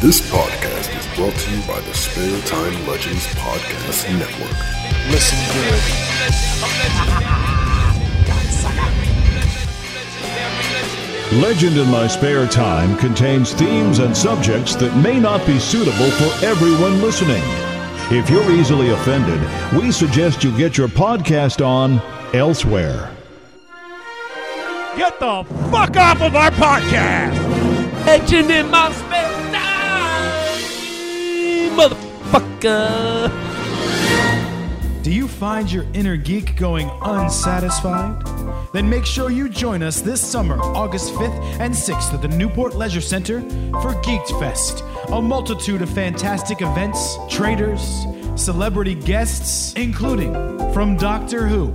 This podcast is brought to you by the Spare Time Legends Podcast Network. Listen good. Legend in My Spare Time contains themes and subjects that may not be suitable for everyone listening. If you're easily offended, we suggest you get your podcast on elsewhere. Get the fuck off of our podcast! Legend in my space time, motherfucker. Do you find your inner geek going unsatisfied? Then make sure you join us this summer, August 5th and 6th at the Newport Leisure Center for Geeked Fest, a multitude of fantastic events, traders, celebrity guests, including from Doctor Who,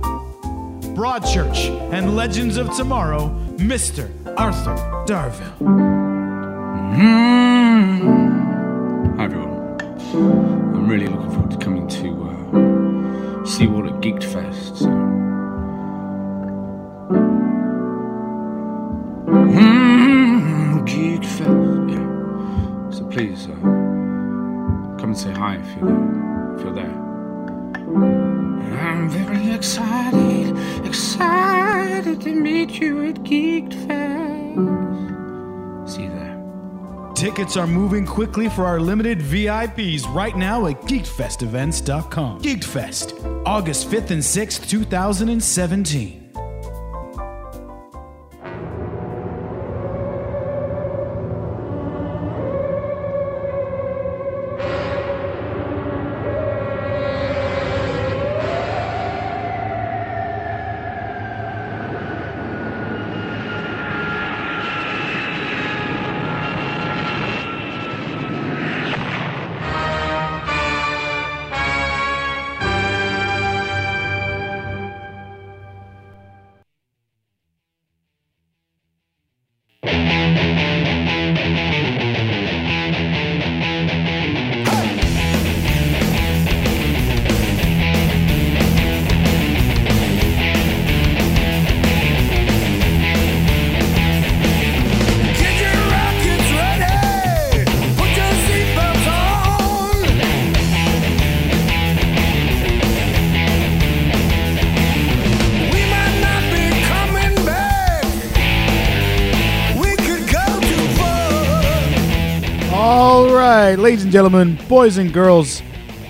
Broadchurch, and Legends of Tomorrow, Mr. Arthur Darville. Hi everyone. I'm really looking forward to coming to uh, see what at Geeked Fest. so- Mm, Geeked Fest. Yeah. So please uh, come and say hi if you're there. If you're there. I'm very excited, excited to meet you at Geeked Fest. See you there. Tickets are moving quickly for our limited VIPs right now at GeekFestEvents.com. GeekFest, August 5th and 6th, 2017. Get your rockets ready! Put your seatbelts on! We might not be coming back. We could go too far. All right, ladies and gentlemen, boys and girls,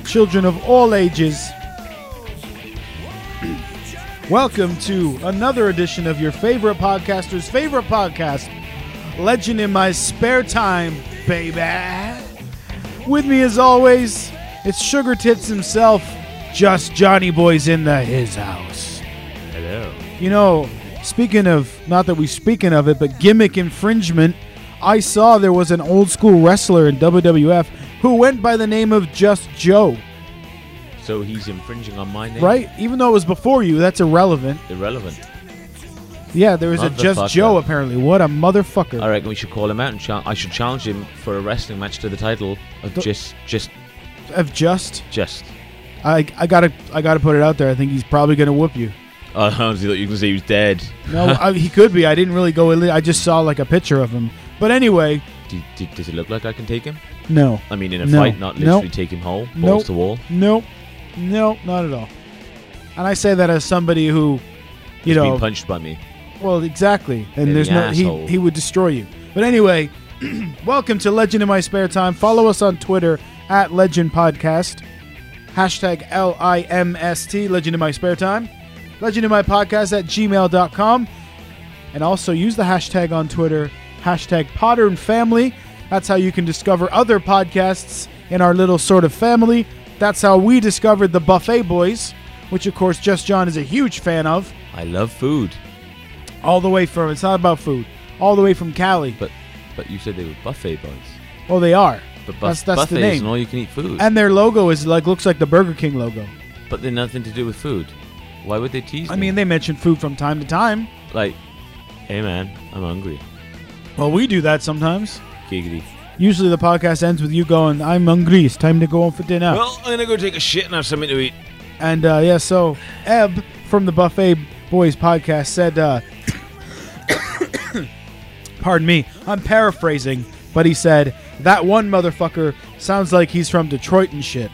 children of all ages, welcome to another edition of your favorite podcaster's favorite podcast, Legend in My Spare Time, baby. With me, as always, it's Sugar Tits himself, just Johnny Boy's in the his house. You know, speaking of not that we speaking of it, but gimmick infringement, I saw there was an old school wrestler in WWF who went by the name of Just Joe, So he's infringing on my name. right? Even though it was before you, that's irrelevant. Irrelevant. Yeah, there was a Motherfucker. Just Joe apparently. What a motherfucker. I reckon we should call him out and chal I should challenge him for a wrestling match to the title of Th- just, just, Of just just. I I got to I got to put it out there. I think he's probably going to whoop you. Oh, I honestly thought you can say he was dead. No, I, he could be. I didn't really go illi- I just saw like a picture of him. But anyway, Do, do, does it look like I can take him? no. I mean, in a No. fight, not No. literally take him whole, balls Nope. to wall. Nope. Nope, not at all. And I say that as somebody who you He's know, been punched by me. Well, exactly. And Any there's no asshole. he he would destroy you. But anyway, welcome to Legend in My Spare Time. Follow us on Twitter at Legend Podcast. Hashtag L I M S T Legend in My Spare Time. Legend in My Podcast at gmail.com. And also use the hashtag on Twitter, hashtag Potter and Family. That's how you can discover other podcasts in our little sort of family. That's how we discovered the Buffet Boys, which of course Just John is a huge fan of I love food, all the way from it's not about food all the way from cali but but you said they were buffet boys. well they are But bu- that's, that's buffet the isn't name all you can eat food. and their logo is like looks like the burger king logo but they're nothing to do with food. Why would they tease i me? mean they mention food from time to time like, hey man, I'm hungry. well we do that sometimes Giggity. usually the podcast ends with you going i'm hungry it's time to go on for dinner Well, I'm gonna go take a shit and have something to eat. and uh, yeah so eb from the buffet boys podcast said uh, pardon me i'm paraphrasing but he said, that one motherfucker sounds like he's from Detroit and shit.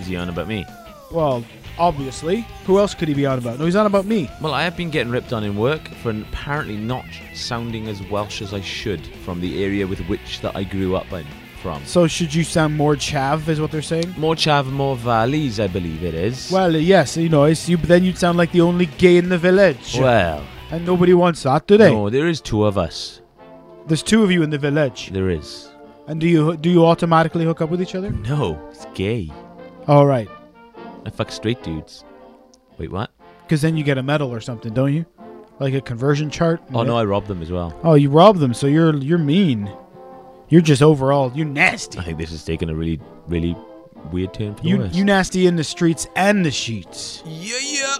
Is he on about me? Well, obviously. Who else could he be on about? No, he's on about me. Well, I have been getting ripped on in work for apparently not sounding as Welsh as I should from the area with which that I grew up in from. So should you sound more chav, is what they're saying? More chav, more valleys, I believe it is. Well, yes, you know, it's you. Then you'd sound like the only gay in the village, Well, and nobody wants that, do they? no, there is two of us. There's two of you in the village, There is. and do you do you automatically hook up with each other? No, it's gay. All right, I fuck straight dudes. Wait, what? because then you get a medal or something, don't you? Like a conversion chart. Oh no, I robbed them as well. Oh, you rob them, so you're you're mean. You're just overall, you're nasty. I think this is taking a really, really weird turn for the You worse. you nasty in the streets and the sheets. Yeah, yeah,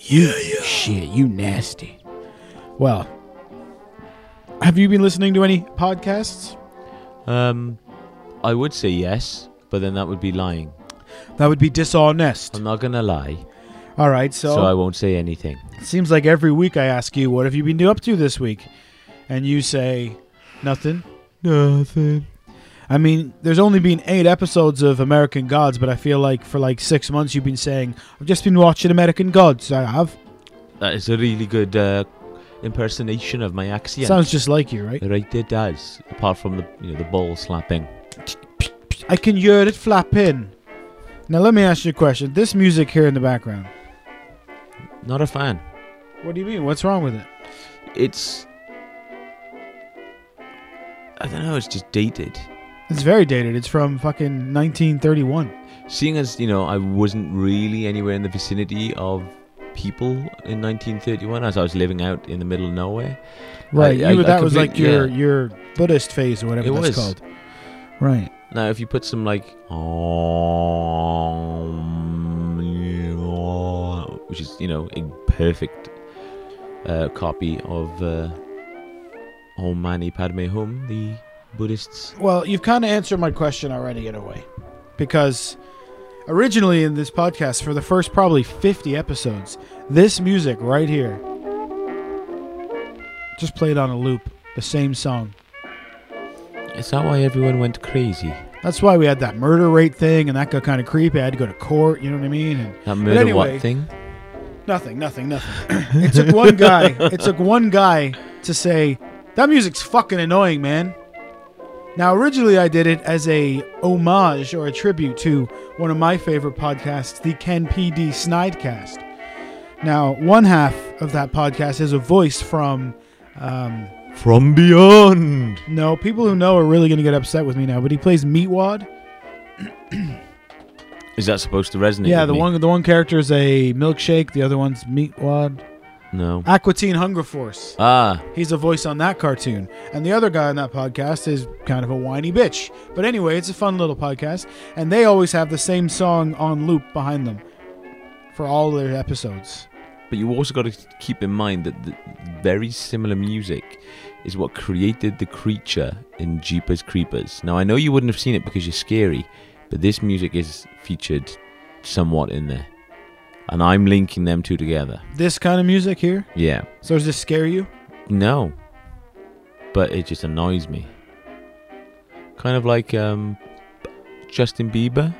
yeah, yeah. Shit, you nasty. Well, have you been listening to any podcasts? um, I would say yes, but then that would be lying. That would be dishonest. I'm not gonna lie, All right, so, Um, so I won't say anything. it seems like every week I ask you, "What have you been up to this week?" And you say, "Nothing." Nothing. I mean, there's only been eight episodes of American Gods, but I feel like for like six months you've been saying, "I've just been watching American Gods." I have. That is a really good uh, impersonation of my accent. Sounds just like you, right? Right, it does. Apart from the you know the ball slapping. I can hear it flapping. Now let me ask you a question. This music here in the background. Not a fan. What do you mean? What's wrong with it? It's I don't know. It's just dated. It's very dated. It's from fucking 1931. Seeing as you know, I wasn't really anywhere in the vicinity of people in 1931, as I was living out in the middle of nowhere. Right. I- you, I- I that was complete- like your yeah. your Buddhist phase or whatever It that's was. called. Right. Now, if you put some like oh, which is you know a perfect uh, copy of uh, Om Mani Padme Hum, the Buddhists. Well, you've kind of answered my question already in a way. Because originally in this podcast for the first probably 50 episodes, this music right here just played on a loop, the same song. Is that why everyone went crazy? That's why we had that murder rate thing, and that got kind of creepy. I had to go to court, you know what I mean? And, That but murder anyway, what thing? Nothing, nothing, nothing. it took one guy. It took one guy to say that music's fucking annoying, man. Now, originally, I did it as a homage or a tribute to one of my favorite podcasts, the Ken PD Snidecast. Now, one half of that podcast is a voice from um, From beyond. No, people who know are really going to get upset with me now, but he plays Meatwad. Is that supposed to resonate? Yeah, with the me? one the one character is a milkshake, the other one's Meatwad. No. Aquatine Hunger Force. Ah, He's a voice on that cartoon. And the other guy on that podcast is kind of a whiny bitch. But anyway, it's a fun little podcast. And they always have the same song on loop behind them for all their episodes. but you also got to keep in mind that the very similar music is what created the creature in Jeepers Creepers. Now, I know you wouldn't have seen it because you're scary, but this music is featured somewhat in there. And I'm linking them two together. This kind of music here. Yeah. So does this scare you? No. But it just annoys me. Kind of like um, Justin Bieber,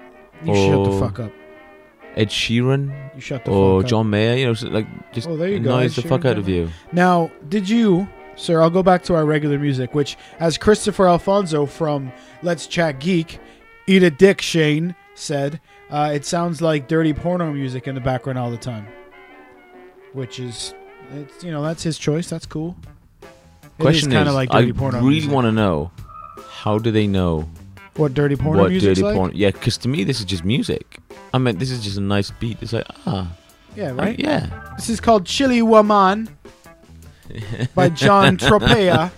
You shut the Oh. fuck up. Ed Sheeran, You shut the or fuck up. John Mayer, you know, so, like just Oh, there you go, annoys Ed the fuck Sheeran, out of John you. Now, did you, sir? I'll go back to our regular music, which, as Christopher Alfonso from Let's Chat Geek, Eat a Dick Shane said, uh, it sounds like dirty porno music in the background all the time. Which is, it's you know, that's his choice. That's cool. Question it is, kinda like dirty I porno really music. want to know how do they know what dirty porno what music's dirty like? porn? Yeah, because to me this is just music. I mean, this is just a nice beat. It's like ah, Yeah, I- right. yeah. This is called Chili Woman by John Tropea.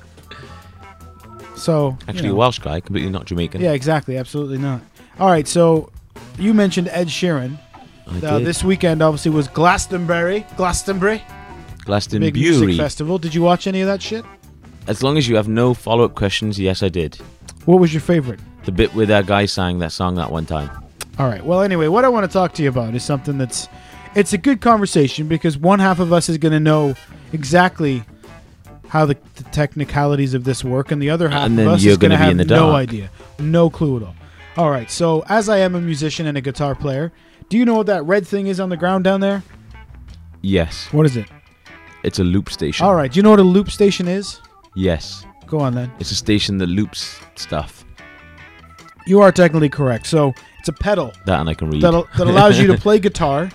So you Actually, know. a Welsh guy, completely not Jamaican. Yeah, exactly. Absolutely not. All right, so you mentioned Ed Sheeran. I Uh, did. this weekend, obviously, was Glastonbury. Glastonbury, big music Glastonbury. festival. Did you watch any of that shit? As long as you have no follow-up questions, yes, I did. What was your favorite? The bit where that guy sang that song that one time. All right. Well, anyway, what I want to talk to you about is something that's it's a good conversation because one half of us is going to know exactly how the, the technicalities of this work, and the other half And of then us you're is going to gonna be have in the no dark. idea, no clue at all. All right, so as I am a musician and a guitar player, do you know what that red thing is on the ground down there? Yes, What is it? it's a loop station. All right, do you know what a loop station is? Yes, Go on then. it's a station that loops stuff. You are technically correct. So it's a pedal That and I can read. that, that allows you to play guitar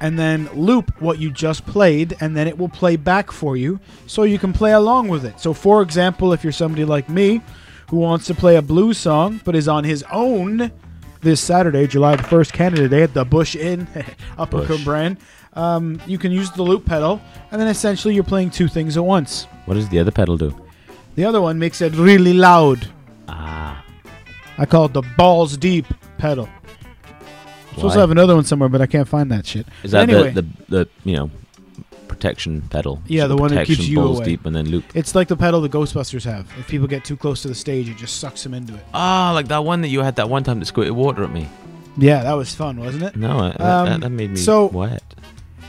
and then loop what you just played and then it will play back for you so you can play along with it so for example if you're somebody like me who wants to play a blues song but is on his own this saturday july the 1st canada day at the bush inn upper Bush. cumbrian um, you can use the loop pedal and then essentially you're playing two things at once What does the other pedal do? the other one makes it really loud ah i call it the balls deep pedal Supposed to Why? have another one somewhere, but I can't find that shit. But Is that anyway, the, the the you know protection pedal? Yeah, the one that protection keeps you balls away. deep and then loop. it's like the pedal the Ghostbusters have. If people get too close to the stage, it just sucks them into it. Ah, like that one that you had that one time that squirted water at me. Yeah, that was fun, wasn't it? No, I- Um, that, that, that made me so- wet.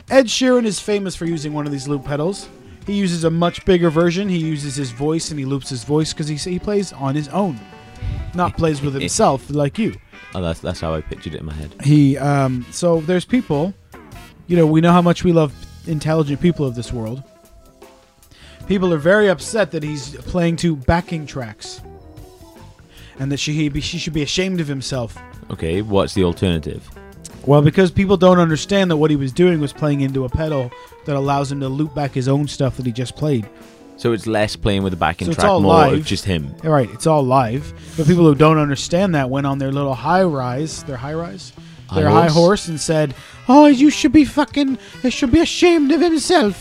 Ed Sheeran is famous for using one of these loop pedals. He uses a much bigger version. He uses his voice and he loops his voice because he he plays on his own, not plays with himself like you. Oh, that's that's how I pictured it in my head. he um so there's people you know we know how much we love intelligent people of this world people are very upset that he's playing to backing tracks and that she he be, she should be ashamed of himself Okay, what's the alternative? well because people don't understand that what he was doing was playing into a pedal that allows him to loop back his own stuff that he just played So it's less playing with the backing So it's track, all more live. of just him. All right, it's all live. But people who don't understand that went on their little high rise, their high rise, their High high horse? horse, and said, "Oh, you should be fucking, he should be ashamed of himself."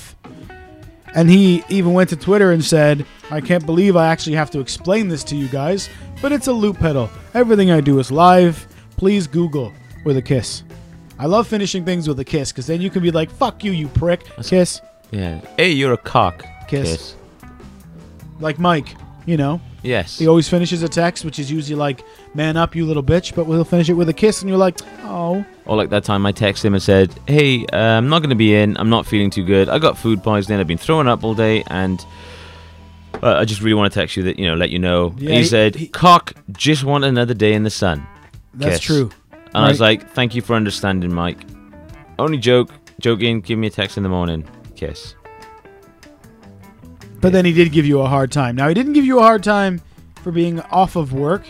And he even went to Twitter and said, "I can't believe I actually have to explain this to you guys, but it's a loop pedal. Everything I do is live. Please Google with a kiss." I love finishing things with a kiss because then you can be like, "Fuck you, you prick." Kiss, Yeah. Hey, you're a cock. Kiss. like Mike, you know. Yes. He always finishes a text, which is usually like, man up, you little bitch, but we'll finish it with a kiss, and you're like, oh. Or like that time I texted him and said, "Hey, uh, I'm not going to be in. I'm not feeling too good. I got food poisoning. I've been throwing up all day, and uh, I just really want to text you that you know, let you know." Yeah, And he, he- said, he- "Cock, just want another day in the sun." That's Kiss. true. And I was like, "Thank you for understanding, Mike. Only joke, joking. Give me a text in the morning. Kiss." But then he did give you a hard time. Now, he didn't give you a hard time for being off of work,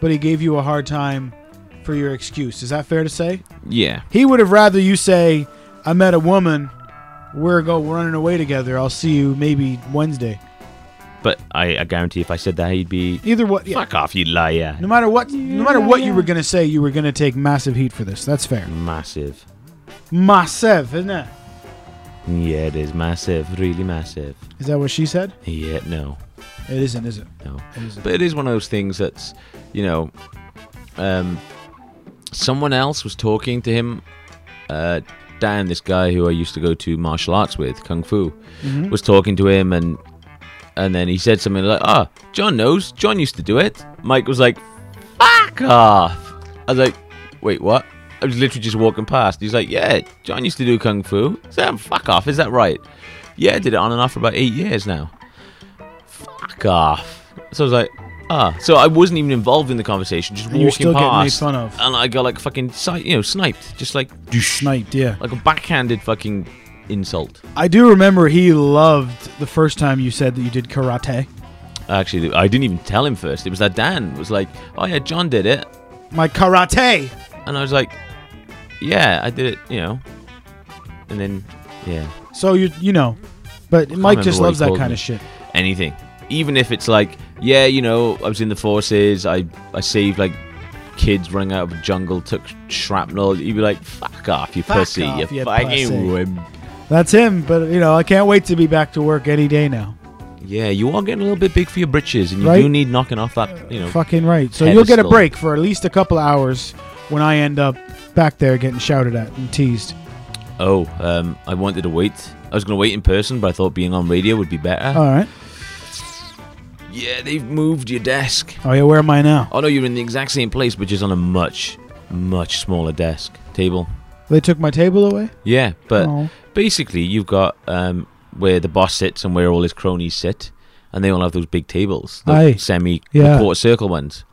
but he gave you a hard time for your excuse. Is that fair to say? Yeah. He would have rather you say, I met a woman, we're go we're running away together, I'll see you maybe Wednesday. But I, I guarantee if I said that, he'd be Either what, yeah. fuck off, you liar. No matter what, no matter what you were gonna say, you were gonna take massive heat for this. That's fair. Massive. Massive, isn't it? Yeah, it is massive. Really massive. Is that what she said? Yeah. No. It isn't, is it? No. It isn't. But it is one of those things that's, you know, um, someone else was talking to him. Uh, Dan, this guy who I used to go to martial arts with, Kung Fu, Mm-hmm. was talking to him, and and then he said something like, "Ah, John knows. John used to do it." Mike was like, "Fuck off!" I was like, "Wait, what?" I was literally just walking past. He's like, "Yeah, John used to do kung fu." I said, "Oh, "Fuck off! Is that right?" Yeah, I did it on and off for about eight years now fuck off. So I was like, ah. So I wasn't even involved in the conversation, just you were walking still getting made past. fun of. And I got like fucking, si- you know, sniped. Just like, douche. Sniped, yeah. Like a backhanded fucking insult. I do remember he loved the first time you said that you did karate. Actually, I didn't even tell him first. It was that Dan was like, oh yeah, John did it. My karate! And I was like, yeah, I did it, you know. And then, yeah, So you you know. But Mike remember just what he loves that called kind me. of shit. anything. Even if it's like, yeah, you know, I was in the forces, I, I saved like kids running out of a jungle, took shrapnel. You'd be like, fuck off, you pussy, off, you, you fucking pussy." wimp. That's him, but you know, I can't wait to be back to work any day now. Yeah, you are getting a little bit big for your britches, and you Right? do need knocking off that, you know. Fucking right. So Pedestal. you'll get a break for at least a couple of hours when I end up back there getting shouted at and teased. Oh, um, I wanted to wait. I was going to wait in person, but I thought being on radio would be better. All right. yeah, they've moved your desk. Oh yeah, where am I now? Oh no, you're in the exact same place, but just on a much, much smaller desk table. They took my table away? Yeah, but Oh. basically you've got um, where the boss sits and where all his cronies sit, and they all have those big tables, the Aye. semi Yeah. the quarter circle ones.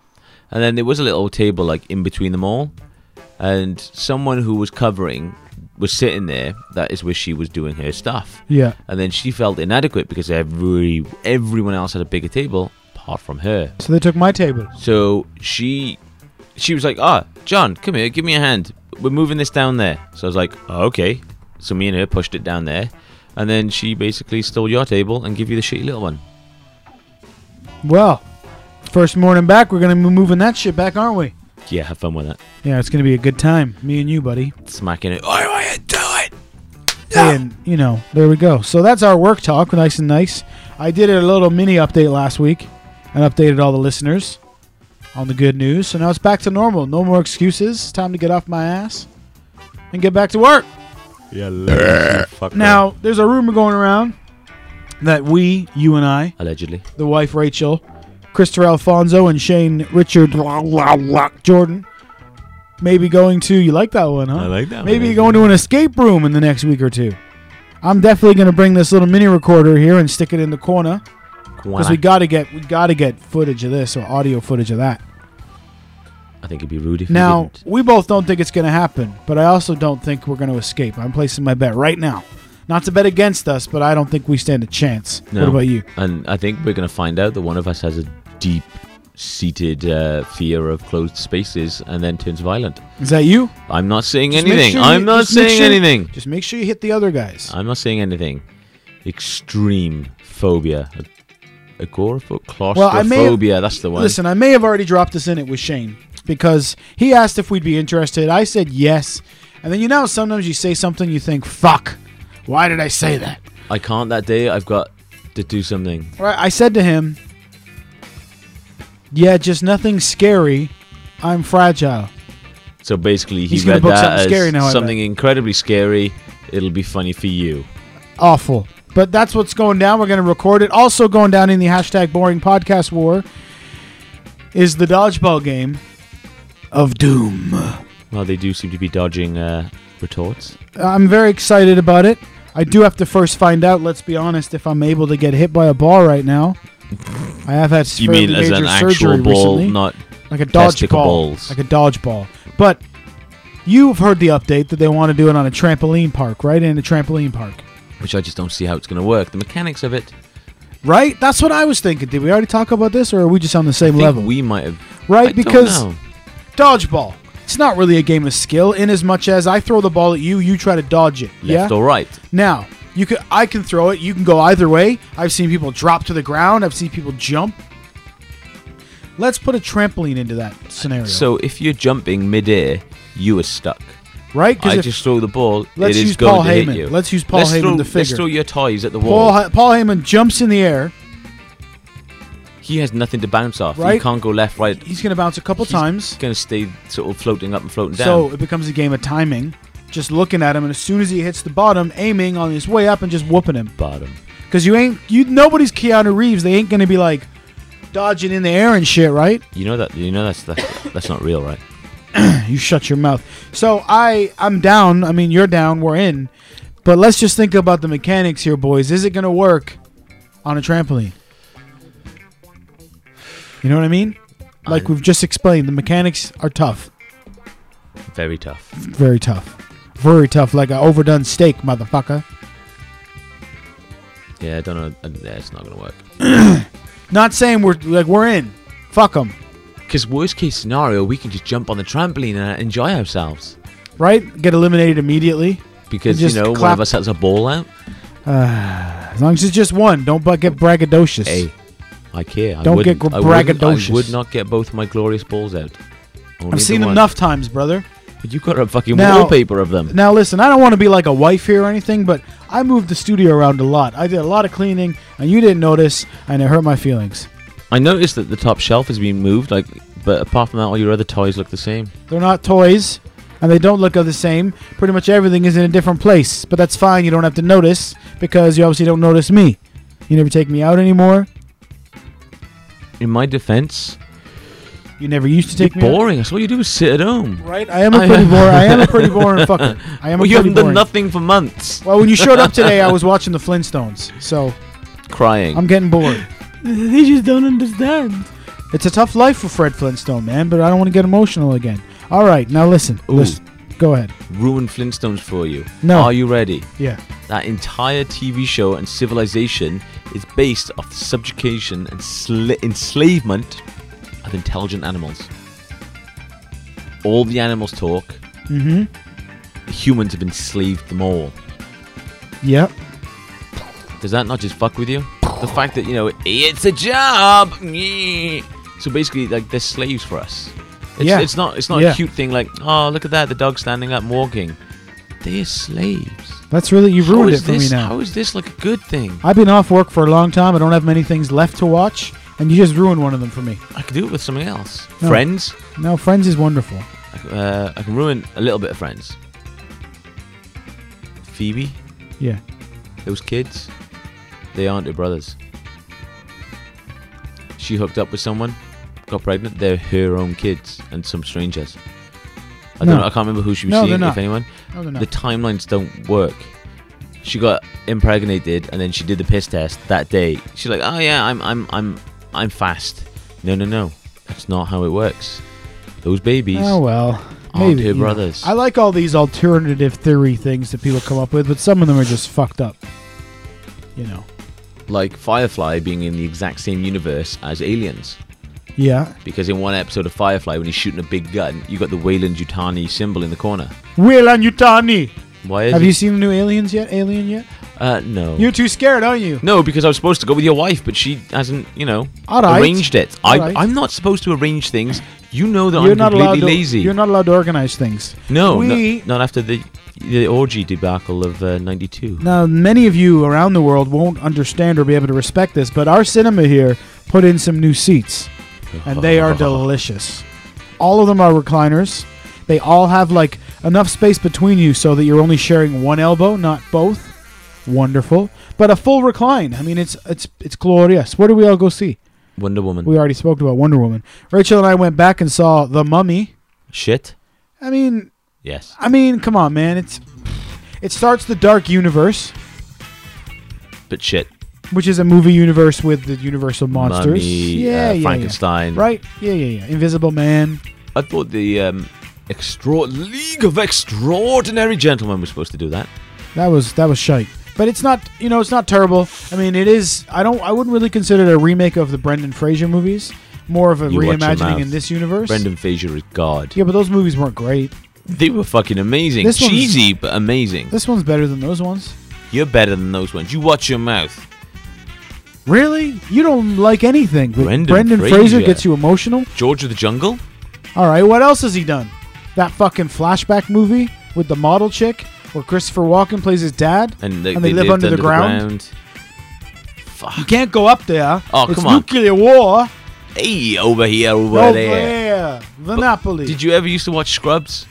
And then there was a little table like in between them all, and someone who was covering was sitting there. That is where she was doing her stuff, Yeah. and then she felt inadequate because every everyone else had a bigger table apart from her. So they took my table. So she she was like, "Ah, John, come here, give me a hand. We're moving this down there." So I was like, oh, "Okay." So me and her pushed it down there, and then she basically stole your table and give you the shitty little one. Well, first morning back, we're gonna be moving that shit back, aren't we? Yeah, have fun with that. Yeah, it's gonna be a good time, me and you, buddy. Smacking it. Oh, I do it. And you know, there we go. So that's our work talk, nice and nice. I did a little mini update last week, and updated all the listeners on the good news. So now it's back to normal. No more excuses. It's time to get off my ass and get back to work. Yeah, literally, fuck Now, there's a rumor going around that we, you and I, allegedly. the wife Rachel, Christopher Alfonso, and Shane Richard Jordan. Maybe going to you like that one, huh? I like that one. Maybe going to an escape room in the next week or two. I'm definitely going to bring this little mini recorder here and stick it in the corner because we got to get we got to get footage of this or audio footage of that. I think it'd be rude if Now you didn't. we both don't think it's going to happen, but I also don't think we're going to escape. I'm placing my bet right now, not to bet against us, but I don't think we stand a chance. What about you? And I think we're gonna find out that one of us has a deep seated uh, fear of closed spaces and then turns violent. Is that you? I'm not saying Just make anything. sure you- I'm not just make saying sure- anything. Just make sure you hit the other guys. I'm not saying anything. Extreme phobia. Agoraphobia. Well, I may have- Claustrophobia. that's the one. Listen, I may have already dropped this in it with Shane because he asked if we'd be interested. I said yes. And then you know, sometimes you say something you think, fuck, why did I say that? I can't that day. I've got to do something. Right? I said to him, yeah, just nothing scary. I'm fragile. So basically, he He's gonna read book that something as scary now, I bet. something incredibly scary. It'll be funny for you. Awful. But that's what's going down. We're going to record it. Also, going down in the hashtag boring podcast war is the dodgeball game of doom. Well, they do seem to be dodging uh, retorts. I'm very excited about it. I do have to first find out, let's be honest, if I'm able to get hit by a ball right now. I have had You fairly mean as major an surgery actual ball, recently. not like a testicle dodgeball. balls. Like a dodgeball. But you've heard the update that they want to do it on a trampoline park, right? In a trampoline park. which I just don't see how it's going to work. The mechanics of it. Right? That's what I was thinking. Did we already talk about this or are we just on the same I think level? we might have. Right, I don't because- know. dodgeball. It's not really a game of skill in as much as I throw the ball at you, you try to dodge it. yeah? left or right. Now, you could I can throw it. You can go either way. I've seen people drop to the ground. I've seen people jump. Let's put a trampoline into that scenario. So if you're jumping midair, you are stuck. right? 'Cause I if just throw the ball. Let's it is use going Paul to Heyman. hit you. Let's use Paul let's Heyman throw, the Let's figure. throw your toys at the wall. Paul He- Paul Heyman jumps in the air. he has nothing to bounce off. Right? He can't go left, right. He's going to bounce a couple times. He's going to stay sort of floating up and floating So down. it becomes a game of timing. Just looking at him, and as soon as he hits the bottom, aiming on his way up and just whooping him. bottom. Because you ain't you nobody's Keanu Reeves. They ain't going to be like dodging in the air and shit, right? You know that. You know that's that's, that's not real, right? You shut your mouth. So I I'm down. I mean, you're down. We're in. But let's just think about the mechanics here, boys. Is it going to work on a trampoline? You know what I mean? Like I- we've just explained, the mechanics are tough, Very tough. very tough, very tough. Like an overdone steak, motherfucker. Yeah, I don't know. uh, Yeah, it's not going to work. Not saying we're like we're in. Fuck them, Because worst case scenario, we can just jump on the trampoline and enjoy ourselves. right? Get eliminated immediately. Because you just know, one clap- of us has a ball out. As long as it's just one, don't but get braggadocious. Hey, I care. I Don't wouldn't- get I wouldn't- braggadocious. I would not get both my glorious balls out. Only the I've seen one. enough times, brother. But you've got a fucking Now- wallpaper of them. Now, listen, I don't want to be like a wife here or anything, but I moved the studio around a lot. I did a lot of cleaning, and you didn't notice, and it hurt my feelings. I noticed that the top shelf has been moved, like, but apart from that, all your other toys look the same. They're not toys, and they don't look the same. Pretty much everything is in a different place, but that's fine. You don't have to notice because you obviously don't notice me. You never take me out anymore. In my defense, You never used to take me. out. boring. That's all you do is sit at home. Right? I am a I- pretty boring. I am a pretty boring fucker. I am Well, a pretty you haven't done boring. nothing for months. Well, when you showed up today, I was watching the Flintstones, so Crying. I'm getting bored. they just don't understand. It's a tough life for Fred Flintstone, man. But I don't want to get emotional again. All right, now listen. Ooh. Let's- go ahead. Ruin Flintstones for you. No. Are you ready? Yeah. That entire TV show and civilization is based off the subjugation and sl- enslavement of intelligent animals. All the animals talk. Mm-hmm. The humans have enslaved them all. Yeah. Does that not just fuck with you? The fact that you know it's a job. Yeah. So basically, like they're slaves for us. It's, Yeah. it's not. It's not Yeah. a cute thing. Like, oh, look at that, the dog standing up, and walking. They're slaves. That's really you've ruined it How is for this? me now. How is this like a good thing? I've been off work for a long time. I don't have many things left to watch, and you just ruined one of them for me. I could do it with something else. No. Friends. No, Friends is wonderful. I c- Uh, I can ruin a little bit of friends. Phoebe, Yeah. those kids, they aren't her brothers. She hooked up with someone, got pregnant. They're her own kids and some strangers. I No. don't. Know, I can't remember who she was No, they're seeing, not. if anyone. No, they're not. The timelines don't work. She got impregnated, and then she did the piss test that day. She's like, "Oh yeah, I'm, I'm, I'm, I'm fast." No, no, no. That's not how it works. Those babies. Oh well, Aren't maybe her you know. brothers. I like all these alternative theory things that people come up with, but some of them are just fucked up. You know. like Firefly being in the exact same universe as Aliens. Yeah. Because in one episode of Firefly, when he's shooting a big gun, you got the Wayland Yutani symbol in the corner. Will and Yutani. Why is Have it? you seen the new Aliens yet? Alien yet? uh, no. You're too scared, aren't you? no, because I was supposed to go with your wife, but she hasn't, you know, All right. arranged it. I, All right. I'm not supposed to arrange things. You know that you're I'm not allowed completely to, lazy. You're not allowed to organize things. no, no- We- not after the the orgy debacle of uh, '92. Now, many of you around the world won't understand or be able to respect this, but our cinema here put in some new seats, and they are delicious. All of them are recliners. They all have like enough space between you so that you're only sharing one elbow, not both. Wonderful, but a full recline. I mean, it's it's it's glorious. Where do we all go see? Wonder Woman. We already spoke about Wonder Woman. Rachel and I went back and saw The Mummy. Shit. I mean, Yes. I mean, come on, man. It's it starts the dark universe. But shit. which is a movie universe with the Universal monsters. Mummy, yeah, uh, yeah, Frankenstein. yeah. Right? Yeah, yeah, yeah. Invisible Man. I thought the um, extra- League of Extraordinary Gentlemen was supposed to do that. That was that was shite. But it's not, you know, it's not terrible. I mean, it is. I don't. I wouldn't really consider it a remake of the Brendan Fraser movies. More of a You watch your reimagining mouth. in this universe. Brendan Fraser is God. Yeah, but those movies weren't great. They were fucking amazing. This one's- Cheesy, but amazing. This one's better than those ones. You're better than those ones. You watch your mouth. Really? You don't like anything. But Brendan Fraser. Fraser. gets you emotional. George of the Jungle? All right, what else has he done? That fucking flashback movie with the model chick, where Christopher Walken plays his dad, And they, live lived under, the ground. You Fuck. can't go up there. Oh, it's come on. nuclear war Hey, over here, over, over there. there. The Napoli. Did you ever used to watch Scrubs?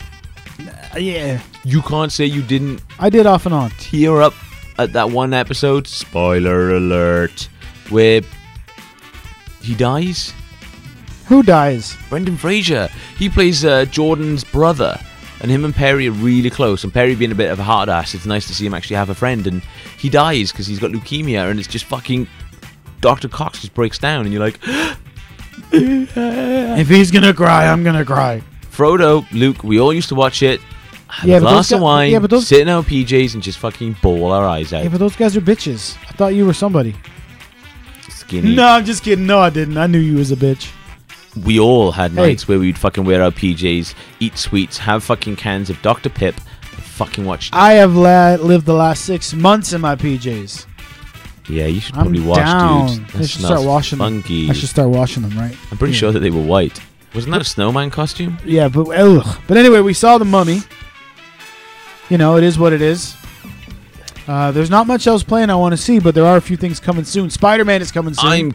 yeah, You can't say you didn't I did off and on. tear up at that one episode. Spoiler alert. Where he dies. Who dies? Brendan Fraser. He plays uh, Jordan's brother, and him and Perry are really close. And Perry being a bit of a hard ass, it's nice to see him actually have a friend. And he dies because he's got leukemia, and it's just fucking. Dr. Cox just breaks down, and you're like, If he's gonna cry, I'm gonna cry. Frodo, Luke, we all used to watch it. Have Yeah, a but glass those of guy- wine, yeah, but those- sit in our PJs, and just fucking bawl our eyes out. Hey, but those guys are bitches. I thought you were somebody. Skinny. No, I'm just kidding. No, I didn't. I knew you was a bitch. We all had Hey. nights where we'd fucking wear our PJs, eat sweets, have fucking cans of Dr. Pip, and fucking watch. I have la- lived the last six months in my PJs. yeah, you should I'm probably wash, down. dudes. That I should start smells washing them. funky. I should start washing them, right? I'm pretty Yeah. sure that they were white. Wasn't that a snowman costume? Yeah, but ugh. but anyway, we saw the mummy. You know, it is what it is. Uh, there's not much else playing I want to see, but there are a few things coming soon. Spider Man is coming soon. I'm.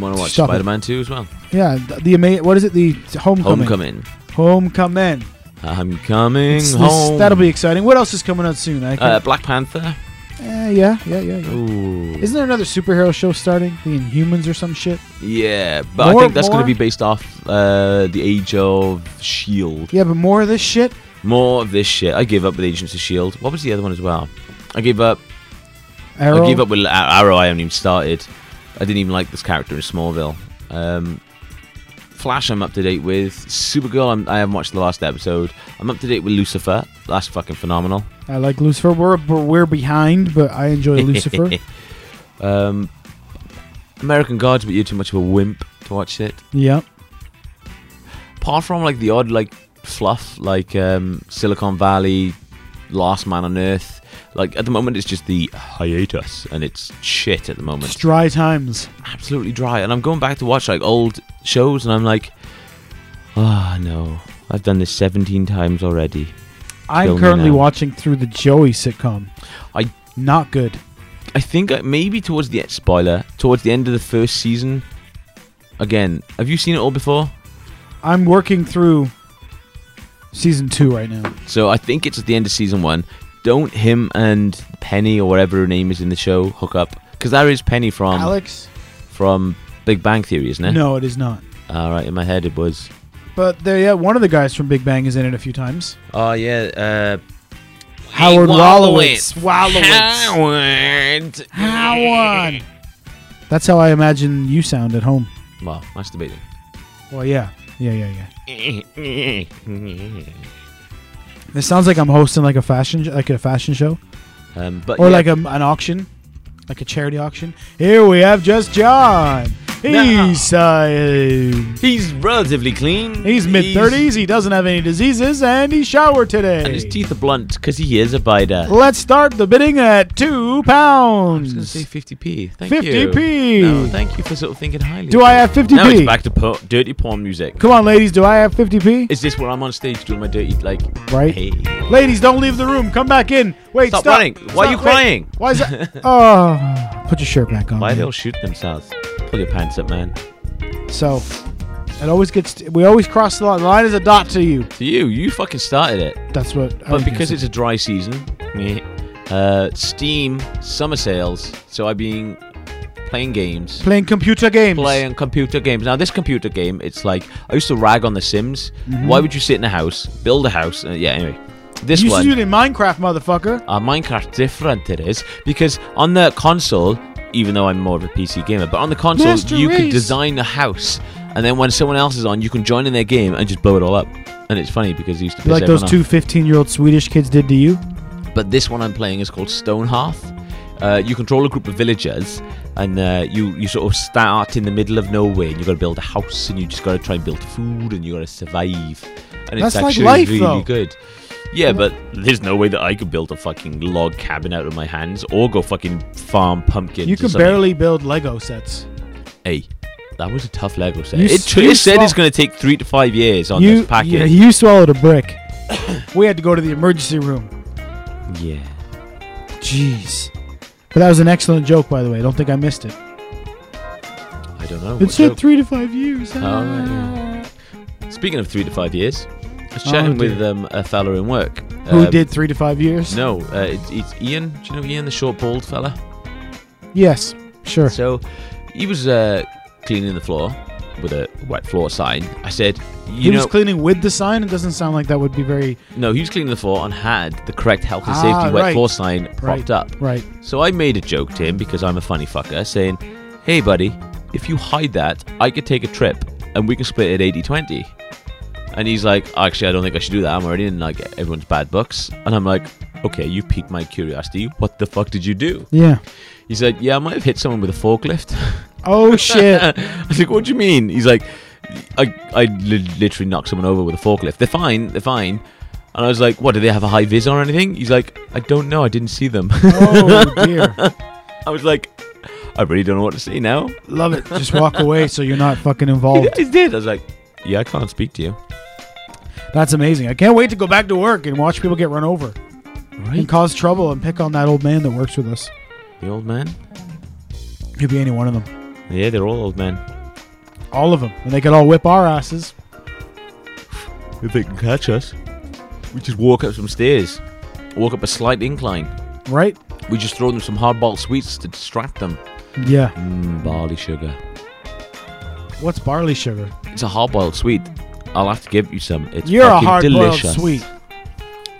Want to watch Stop it. Spider Man 2 as well? yeah, th- the ama- what is it? The homecoming. Homecoming. Homecoming. I'm coming It's- this- home. that'll be exciting. What else is coming out soon? I Uh, can't- Black Panther. Eh, yeah, yeah, yeah, yeah. Ooh. Isn't there another superhero show starting? The Inhumans or some shit? Yeah, but More- I think that's going more? to be based off uh, the Age of Shield. Yeah, but more of this shit. E More of this shit. I gave up with Agents of Shield. What was the other one as well? I gave up. Arrow. I gave up with Ar- Arrow. I haven't even started. I didn't even like this character in Smallville. Um, Flash, I'm up to date with. Supergirl, I'm, I haven't watched the last episode. I'm up to date with Lucifer. That's fucking phenomenal. I like Lucifer. We're we're we're behind, but I enjoy Lucifer. Um, American Gods, but you're too much of a wimp to watch it. Yeah. apart from like the odd like fluff like um, Silicon Valley, Last Man on Earth. Like at the moment, it's just the hiatus, and it's shit at It's the moment. dry times. Absolutely dry, and I'm going back to watch like old shows, and I'm like, ah no, I've done this 17 times already. I'm Kill me currently now. watching through the Joey sitcom. I- not good. I think I, maybe towards the e, spoiler, towards the end of the first season. Again, have you seen it all before? I'm working through season two right now. So I think it's at the end of season one. Don't him and Penny or whatever her name is in the show hook up because there is Penny from Alex? from Big Bang Theory, isn't it? No, it is not. All right, in my head it was. But there, yeah, one of the guys from Big Bang is in it a few times. Oh yeah, uh, Howard Wolowitz. Wolowitz. Wolowitz. Howard. Howard. That's how I imagine you sound at home. Well, masturbating. Well, yeah, yeah, yeah, yeah. This sounds like I'm hosting like a fashion, like a fashion show, Um, but or yeah, like a, an auction, like a charity auction. Here we have just John. He's uh, he's relatively clean. he's mid thirties. He doesn't have any diseases, and he showered today. and his teeth are blunt because he is a biter. Let's start the bidding at two I was pounds. going to say 50p. Thank you. 50p. No, thank you for sort of thinking highly. Do I have Now it's 50p? back to po- dirty porn music. Come on, ladies. Do I have fifty p? Is this where I'm on stage doing my dirty, like, Right. hey. Ladies, don't leave the room. Come back in. Wait, Stop stop. running. Why are you Wait. crying? Why is that? oh, put your shirt back on. Why man. they all shoot themselves? Pull your pants up, man. So, it always gets. we always cross the line. The line is a dot to you. To you, you fucking started it. That's what. I was But because gonna it's a dry season, uh, Steam summer sales, so I've been playing games, say. playing computer games. playing computer games. Now this computer game, it's like I used to rag on The Sims. Why would you sit in a house, build a house? Uh, yeah, anyway, this Mm-hmm. You one, used to do it in Minecraft, motherfucker. uh, Minecraft different it is because on the console, even though I'm more of a PC gamer, but on the console Master you can Race. design a house, and then when someone else is on, you can join in their game and just blow it all up. And it's funny because it used to piss Like those everyone off. two 15 year old Swedish kids did to you. but this one I'm playing is called Stonehearth. Uh, you control a group of villagers, and uh, you you sort of start in the middle of nowhere, and you got to build a house, and you just got to try and build food, and you got to survive. And That's it's like actually life, really though. good. Yeah, but there's no way that I could build a fucking log cabin out of my hands, or go fucking farm pumpkins. You or can something. barely build Lego sets. Hey, that was a tough Lego set. You it s- t- you it said it's saw- going to take three to five years on you, this package. yeah, you swallowed a brick. we had to go to the emergency room. yeah. Jeez. But that was an excellent joke, by the way. I don't think I missed it. I don't know. It What's said up? three to five years. Oh, right, Ah. Speaking of three to five years, I was Oh, chatting dear. with um, a fella in work. Who Um, did three to five years? No, uh, it's, it's Ian. Do you know Ian, the short, bald fella? Yes. Sure. So he was uh, cleaning the floor with a wet floor sign. I said, he you was know, cleaning with the sign. It doesn't sound like that would be very no, he was cleaning the floor and had the correct health and Ah, safety wet right. floor sign right, propped up. Right. So I made a joke to him because I'm a funny fucker, saying, hey, buddy, if you hide that, I could take a trip and we can split it 80 20. And he's like, actually, I don't think I should do that. I'm already in like everyone's bad books. And I'm like, okay, you piqued my curiosity. What the fuck did you do? Yeah. He's like, yeah, I might have hit someone with a forklift. Oh shit. I was like, what do you mean? He's like, I, I li- literally knocked someone over with a forklift. They're fine, they're fine. And I was like, what, do they have a high vis on or anything? He's like, I don't know, I didn't see them. oh dear. I was like, I really don't know what to say now. Love it. Just walk away so you're not fucking He, involved. he did. I was like, yeah, I can't speak to you. That's amazing. I can't wait to go back to work and watch people get run over and Right. cause trouble and pick on that old man that works with us. The old man? Could be any one of them. Yeah, they're all old men. All of them. And they could all whip our asses. If they can catch us, we just walk up some stairs, walk up a slight incline. Right? We just throw them some hardball sweets to distract them. Yeah. Mm, barley sugar. What's barley sugar? It's a hard-boiled sweet. I'll have to give you some. It's You're a fucking hard boiled delicious. sweet.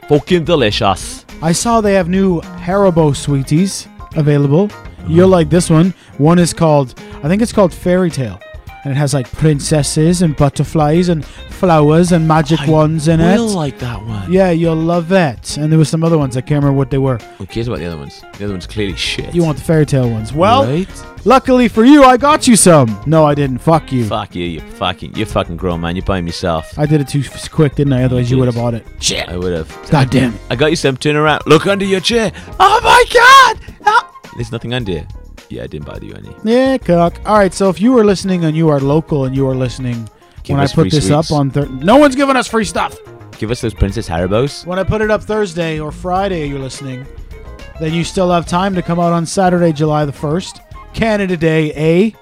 Fucking delicious. I saw they have new Haribo sweeties available. Uh-huh. You'll like this one. One is called, I think it's called Fairy Tale, and it has like princesses and butterflies and flowers and magic wands in I it. will like that one. yeah, you'll love that. And there were some other ones. I can't remember what they were. Who cares about the other ones? The other ones clearly shit. You want the fairy tale ones? Well, Right? luckily for you, I got you some. No, I didn't. Fuck you. Fuck you, you fucking, you're fucking grown man. You're by yourself. I did it too f- quick, didn't I? Otherwise, you did. would have bought it. Shit. I would have. God damn it. I got you some. Turn around. Look under your chair. Oh my god. Ah! There's nothing under here. Yeah, I didn't buy you any. Yeah, cock. All right, so if you are listening and you are local and you are listening Give when I us put free this sweets. up on thir- no one's giving us free stuff. Give us those Princess Haribos. When I put it up Thursday or Friday, you're listening. Then you still have time to come out on Saturday, July the first, Canada Day. A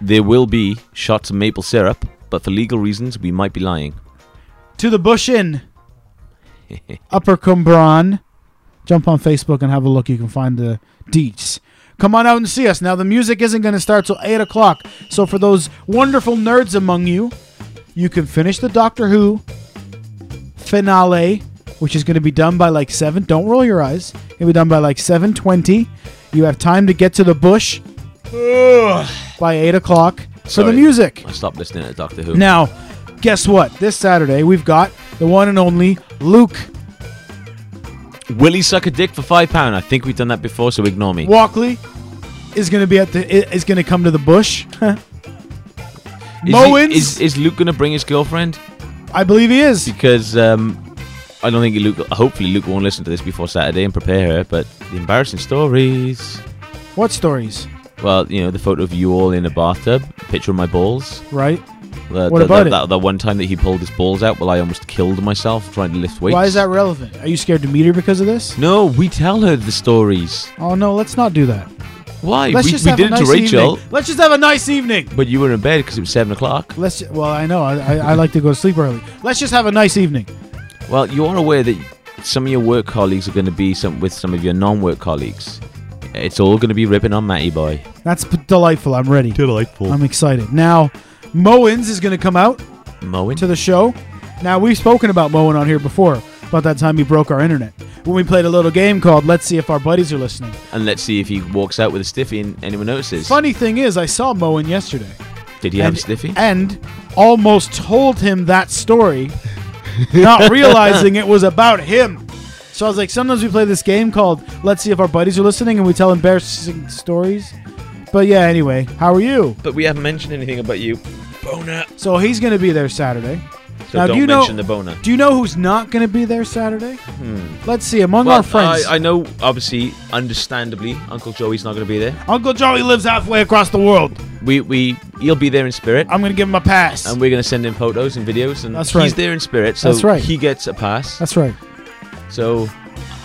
There will be shots of maple syrup, but for legal reasons, we might be lying. to the Bush Inn, Upper Cumbran. Jump on Facebook and have a look. You can find the deets. Come on out and see us. Now the music isn't going to start till eight o'clock. So for those wonderful nerds among you, you can finish the Doctor Who finale, which is going to be done by like seven. Don't roll your eyes. It'll be done by like seven twenty. You have time to get to the bush by eight o'clock for Sorry. the music. I stopped listening to Doctor Who. Now, guess what? This Saturday we've got the one and only Luke Will he suck a dick for five pound? I think we've done that before, so ignore me. Walkley is going to be at the i- is going to come to the bush. Is he- Mowins? is, is Luke gonna bring his girlfriend? I believe he is. Because um, I don't think Luke. Hopefully, Luke won't listen to this before Saturday and prepare her. But the embarrassing stories. What stories? Well, you know the photo of you all in a bathtub, picture of my balls. Right? The, What the- about the- it? That, that one time that he pulled his balls out, well, I almost killed myself trying to lift weights. Why is that relevant? Are you scared to meet her because of this? No, we tell her the stories. Oh no, let's not do that. Why? Let's we just we have did a it nice to Rachel, evening. Let's just have a nice evening. but you were in bed because it was seven o'clock. Let's. ju- Well, I know. I, I, I like to go to sleep early. Let's just have a nice evening. Well, you are aware that some of your work colleagues are going to be some with some of your non-work colleagues. It's all going to be ripping on Matty Boy. That's p- delightful. I'm ready. Delightful. I'm excited. Now, Mowins is going to come out Mowing. to the show. Now, we've spoken about Moen on here before, about that time he broke our internet when we played a little game called Let's See If Our Buddies Are Listening. and let's see if he walks out with a stiffy and anyone notices. Funny thing is, I saw Moen yesterday. Did he have and, a stiffy? and almost told him that story, not realizing it was about him. So I was like, sometimes we play this game called Let's See If Our Buddies Are Listening and we tell embarrassing stories. But yeah, anyway, how are you? but we haven't mentioned anything about you. Boner. So he's going to be there Saturday. So Now, do don't you know- mention the boner. Do you know who's not going to be there Saturday? Let's see. Among Hmm. Well, our friends, I, I know, obviously, understandably, Uncle Joey's not going to be there. Uncle Joey lives halfway across the world. We, we, he'll be there in spirit, I'm gonna give him a pass. and we're going to send him photos and videos. And Uh, That's He's right. there in spirit, so That's right. he gets a pass. That's right. so,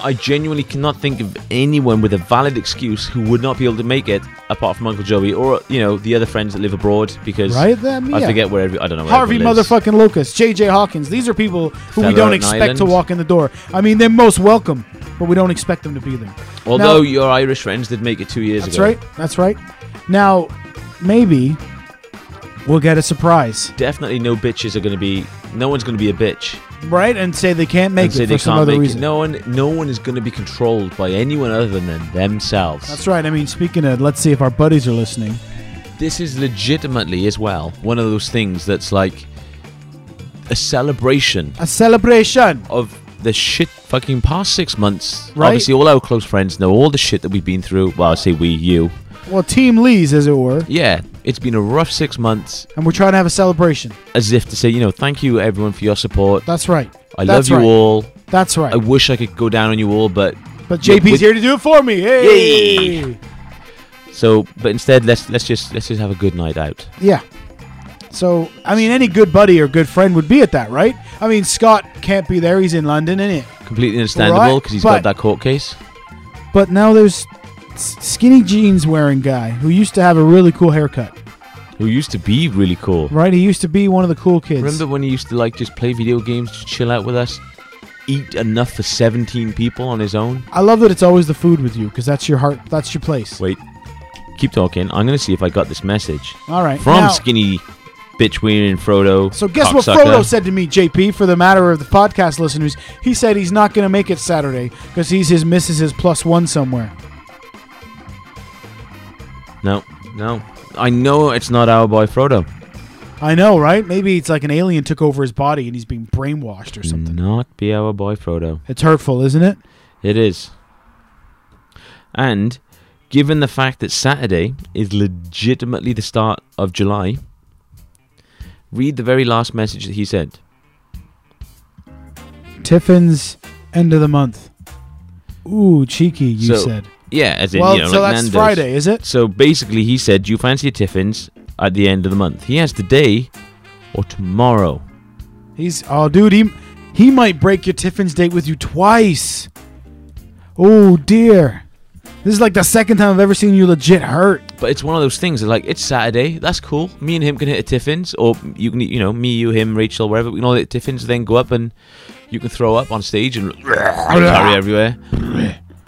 I genuinely cannot think of anyone with a valid excuse who would not be able to make it, apart from Uncle Joey or you know the other friends that live abroad. Because Right? Then, I yeah. forget where every, I don't know. Where Harvey everyone lives. motherfucking Lucas, J.J. Hawkins. These are people who we Fella don't in expect Ireland. to walk in the door. I mean, they're most welcome, but we don't expect them to be there. Although Now- your Irish friends did make it two years That's ago. right. That's right. Now, maybe we'll get a surprise, Definitely no bitches are going to be. No one's going to be a bitch. right? And say they can't make and say it they for some can't other make reason. it. No one, no one is going to be controlled by anyone other than themselves. That's right. I mean, speaking of, let's see if our buddies are listening. This is legitimately, as well, one of those things that's like a celebration A celebration. of the shit fucking past six months. Right. Obviously, all our close friends know all the shit that we've been through. Well, I say we, you. Well, Team Lee's, as it were, Yeah, it's been a rough six months, and we're trying to have a celebration. as if to say, you know, thank you everyone for your support. That's right. I love That's you right. all. That's right. I wish I could go down on you all, but But JP's With- here to do it for me. Hey. so. But instead, let's let's just let's just have a good night out. Yeah. So I mean, any good buddy or good friend would be at that, right? I mean, Scott can't be there; he's in London, isn't it? Completely understandable Right, because he's but- got that court case. But now there's s- skinny jeans wearing guy who used to have a really cool haircut, Who used to be really cool. right? He used to be one of the cool kids. Remember when he used to like just play video games, just chill out with us, eat enough for 17 people on his own. I love that it's always the food with you because that's your heart. That's your place. Wait, keep talking. I'm gonna see if I got this message All right. from now- skinny bitch wearing Frodo. So guess what cocksucker. Frodo said to me, JP, for the matter of the podcast listeners. He said he's not going to make it Saturday because he's his missus is plus one somewhere. No, no. I know it's not our boy Frodo. I know, right? Maybe it's like an alien took over his body and he's being brainwashed or something. Not be our boy Frodo. It's hurtful, isn't it? It is. And given the fact that Saturday is legitimately the start of July, read the very last message that he sent. Tiffin's end of the month. Ooh, cheeky, you So, said. Yeah, as in Well, you know, so like that's Nando's. Friday, is it? So basically, he said, "Do you fancy a Tiffin's at the end of the month?" He has today or tomorrow. He's oh, dude, he he might break your Tiffin's date with you twice. Oh dear, this is like the second time I've ever seen you legit hurt. But it's one of those things. Like it's Saturday, that's cool. Me and him can hit a Tiffin's, or you can, you know, me, you, him, Rachel, wherever. We can all hit Tiffin's, then go up and you can throw up on stage and carry everywhere.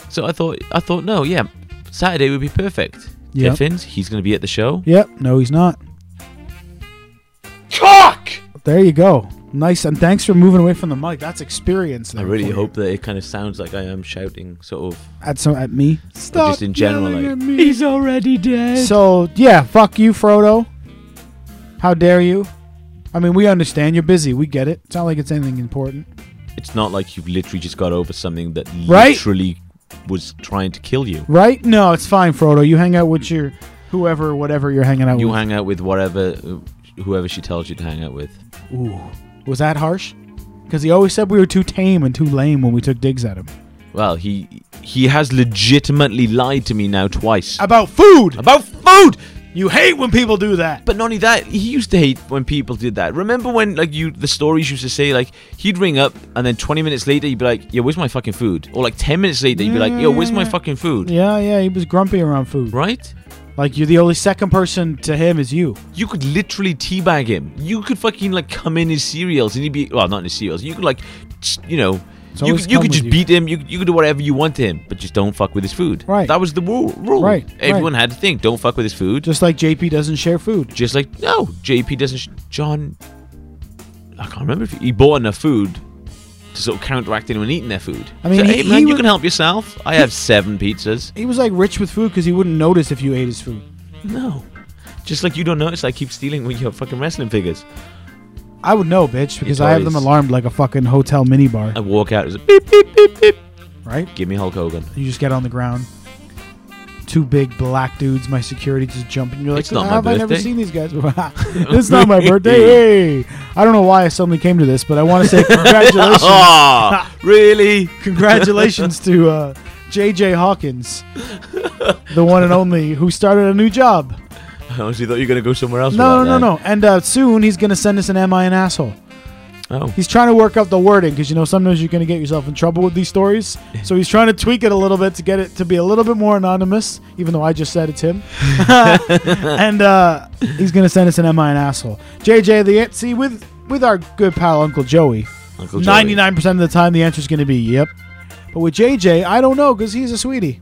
So I thought, I thought, no, yeah, Saturday would be perfect. Yep. Tiffin's, he's going to be at the show. Yep, no, he's not. Cock. There you go. Nice, and thanks for moving away from the mic. That's experience. I there really for you. hope that it kind of sounds like I am shouting, sort of, at some at me. or just in general, like he's already dead. So yeah, fuck you, Frodo. How dare you? I mean, we understand you're busy. We get it. It's not like it's anything important. It's not like you've literally just got over something that Right? literally was trying to kill you. Right? No, it's fine, Frodo. You hang out with your whoever, whatever you're hanging out You with. hang out with whatever, whoever she tells you to hang out with. Was that harsh? Because he always said we were too tame and too lame when we took digs at him. Well, he he has legitimately lied to me now twice About food! about food. You hate when people do that! But not only that, he used to hate when people did that. Remember when like you the stories used to say like he'd ring up and then 20 minutes later he'd be like, "Yo, where's my fucking food?" Or like 10 minutes later he'd be like, "Yo, where's my fucking food?" Yeah, yeah, he was grumpy around food. Right? Like, you're the only second person to him is you. You could literally teabag him. You could fucking like come in his cereals and he'd be well, not in his cereals. You could like, s- you know, you always could, you come could just with you. beat him. You could- you could do whatever you want to him, but just don't fuck with his food. Right. That was the rule. rule. Right, Everyone right. had to think, don't fuck with his food. Just Just, like JP doesn't share food. like no, JP doesn't. Sh- John, I can't remember if he, he bought enough food to sort of counteract anyone eating their food. I mean, So, he- hey man, he you would- can help yourself. I have seven pizzas. He was like rich with food because he wouldn't notice if you ate his food. No. Just like you don't notice, I keep stealing when you have fucking wrestling figures. I would know, bitch, because I have them always- alarmed like a fucking hotel minibar, I walk out. It's a beep beep beep beep. right? Give me Hulk Hogan. You just get on the ground. Two big black dudes, my security just jumping. You're like, It's not my have I never birthday." seen these guys before? it's not my birthday. Hey. I don't know why I suddenly came to this, but I want to say congratulations. Ah, really? congratulations to uh, JJ Hawkins, the one and only who started a new job. I honestly thought Oh, you were going to go somewhere else. No, no, no, no. And uh, soon he's going to send us an Am I an Asshole? no. Oh, He's trying to work out the wording because, you know, sometimes you're going to get yourself in trouble with these stories. So he's trying to tweak it a little bit to get it to be a little bit more anonymous, even though I just said it's him. and uh, he's going to send us an Am I an Asshole? JJ the Etsy with, with our good pal Uncle Joey. Oh, Uncle Joey. 99% of the time, the answer's going to be yep. But with JJ, I don't know because he's a sweetie.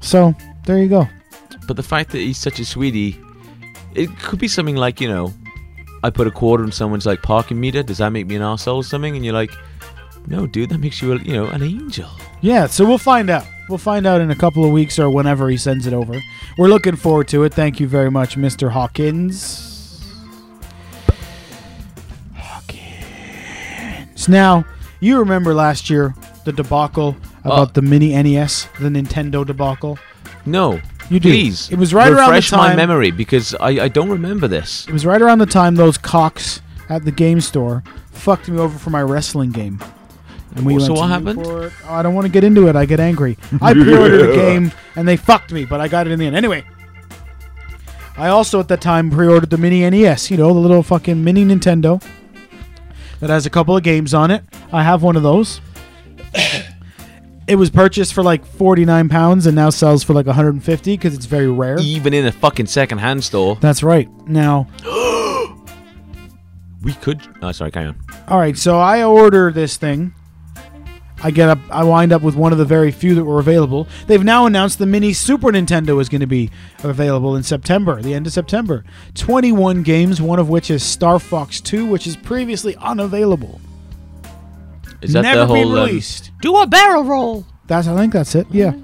So there you go. But the fact that he's such a sweetie, it could be something like you know, I put a quarter in someone's like parking meter. Does that make me an asshole or something? And you're like, no, dude, that makes you a, you know an angel. Yeah, so we'll find out. We'll find out in a couple of weeks or whenever he sends it over. We're looking forward to it. Thank you very much, Mr. Hawkins. Hawkins. Now, you remember last year the debacle about Oh. the mini NES, the Nintendo debacle? No, You do. please. It was right around the refresh my time- memory because I I don't remember this. It was right around the time those cocks at the game store fucked me over for my wrestling game. And So went to what happened? Newport. Oh, I don't want to get into it. I get angry. I pre-ordered a game and they fucked me, but I got it in the end. Anyway, I also at that time pre-ordered the mini NES. You know, the little fucking mini Nintendo that has a couple of games on it. I have one of those. it was purchased for like forty nine pounds and now sells for like one hundred and fifty because it's very rare. Even in a fucking second-hand store, That's right. Now. we could. Oh, sorry, carry on. All right, so I order this thing I get up, I wind up with one of the very few that were available. They've now announced the mini Super Nintendo is going to be available in September, the end of September. 21 games, one of which is Star Fox 2, which is previously unavailable. Is that Never the whole? been um, released. Do a barrel roll. That's I think that's it. Yeah.